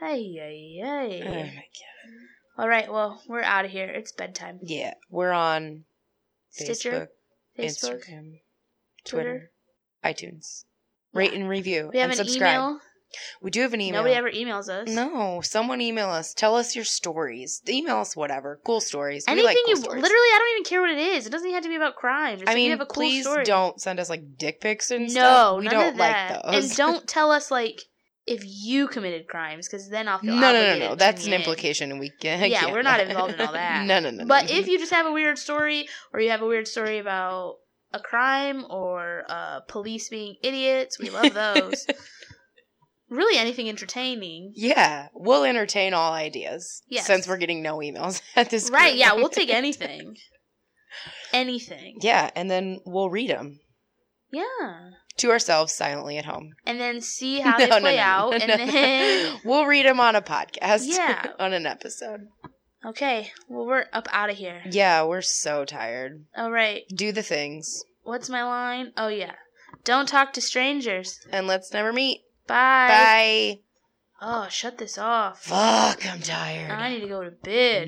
[SPEAKER 2] Hey, hey, hey.
[SPEAKER 1] Oh my god.
[SPEAKER 2] All right. Well, we're out of here. It's bedtime.
[SPEAKER 1] Yeah, we're on
[SPEAKER 2] Stitcher,
[SPEAKER 1] Facebook,
[SPEAKER 2] Facebook.
[SPEAKER 1] Instagram,
[SPEAKER 2] Twitter.
[SPEAKER 1] Twitter, iTunes. Rate and review
[SPEAKER 2] We have
[SPEAKER 1] and
[SPEAKER 2] an
[SPEAKER 1] subscribe.
[SPEAKER 2] email.
[SPEAKER 1] We do have an email.
[SPEAKER 2] Nobody ever emails us.
[SPEAKER 1] no, someone email us. Tell us your stories. Email us whatever. Cool stories.
[SPEAKER 2] Anything
[SPEAKER 1] we like cool
[SPEAKER 2] you
[SPEAKER 1] stories.
[SPEAKER 2] literally, I don't even care what it is. It doesn't even have to be about crime. Just
[SPEAKER 1] I
[SPEAKER 2] if you
[SPEAKER 1] mean,
[SPEAKER 2] have a cool
[SPEAKER 1] please
[SPEAKER 2] story.
[SPEAKER 1] don't send us like dick pics and
[SPEAKER 2] no,
[SPEAKER 1] stuff. we
[SPEAKER 2] none
[SPEAKER 1] don't
[SPEAKER 2] of that.
[SPEAKER 1] like those.
[SPEAKER 2] And don't tell us like if you committed crimes, because then I'll feel
[SPEAKER 1] no, no, no,
[SPEAKER 2] obligated
[SPEAKER 1] no.
[SPEAKER 2] to
[SPEAKER 1] That's
[SPEAKER 2] tune
[SPEAKER 1] an
[SPEAKER 2] in.
[SPEAKER 1] implication, Mm-hmm. and we can't.
[SPEAKER 2] Yeah,
[SPEAKER 1] can't.
[SPEAKER 2] we're not
[SPEAKER 1] (laughs)
[SPEAKER 2] involved in all that.
[SPEAKER 1] no, no, no.
[SPEAKER 2] But
[SPEAKER 1] no.
[SPEAKER 2] if you just have a weird story, or you have a weird story about a crime, or uh, police being idiots, we love
[SPEAKER 1] (laughs)
[SPEAKER 2] those. really, anything entertaining.
[SPEAKER 1] yeah, we'll entertain all ideas.
[SPEAKER 2] Yes.
[SPEAKER 1] Since we're getting no emails (laughs) at this.
[SPEAKER 2] Right?
[SPEAKER 1] point.
[SPEAKER 2] Yeah, we'll take anything. anything.
[SPEAKER 1] (laughs) yeah, and then we'll read them
[SPEAKER 2] Yeah.
[SPEAKER 1] to ourselves silently at home.
[SPEAKER 2] And
[SPEAKER 1] (laughs)
[SPEAKER 2] then see how they
[SPEAKER 1] No, no,
[SPEAKER 2] play
[SPEAKER 1] no, (laughs)
[SPEAKER 2] out,
[SPEAKER 1] no,
[SPEAKER 2] and
[SPEAKER 1] no.
[SPEAKER 2] then
[SPEAKER 1] we'll read them on a podcast.
[SPEAKER 2] (laughs) Yeah.
[SPEAKER 1] (laughs) on an episode.
[SPEAKER 2] Okay, well, we're up out of here.
[SPEAKER 1] Yeah, we're so tired.
[SPEAKER 2] All right,
[SPEAKER 1] Do the things,
[SPEAKER 2] what's my line? Oh, yeah. Don't talk to strangers.
[SPEAKER 1] and let's never meet.
[SPEAKER 2] Bye.
[SPEAKER 1] Bye.
[SPEAKER 2] Oh, shut this off.
[SPEAKER 1] Fuck, I'm tired.
[SPEAKER 2] I need to go to bed.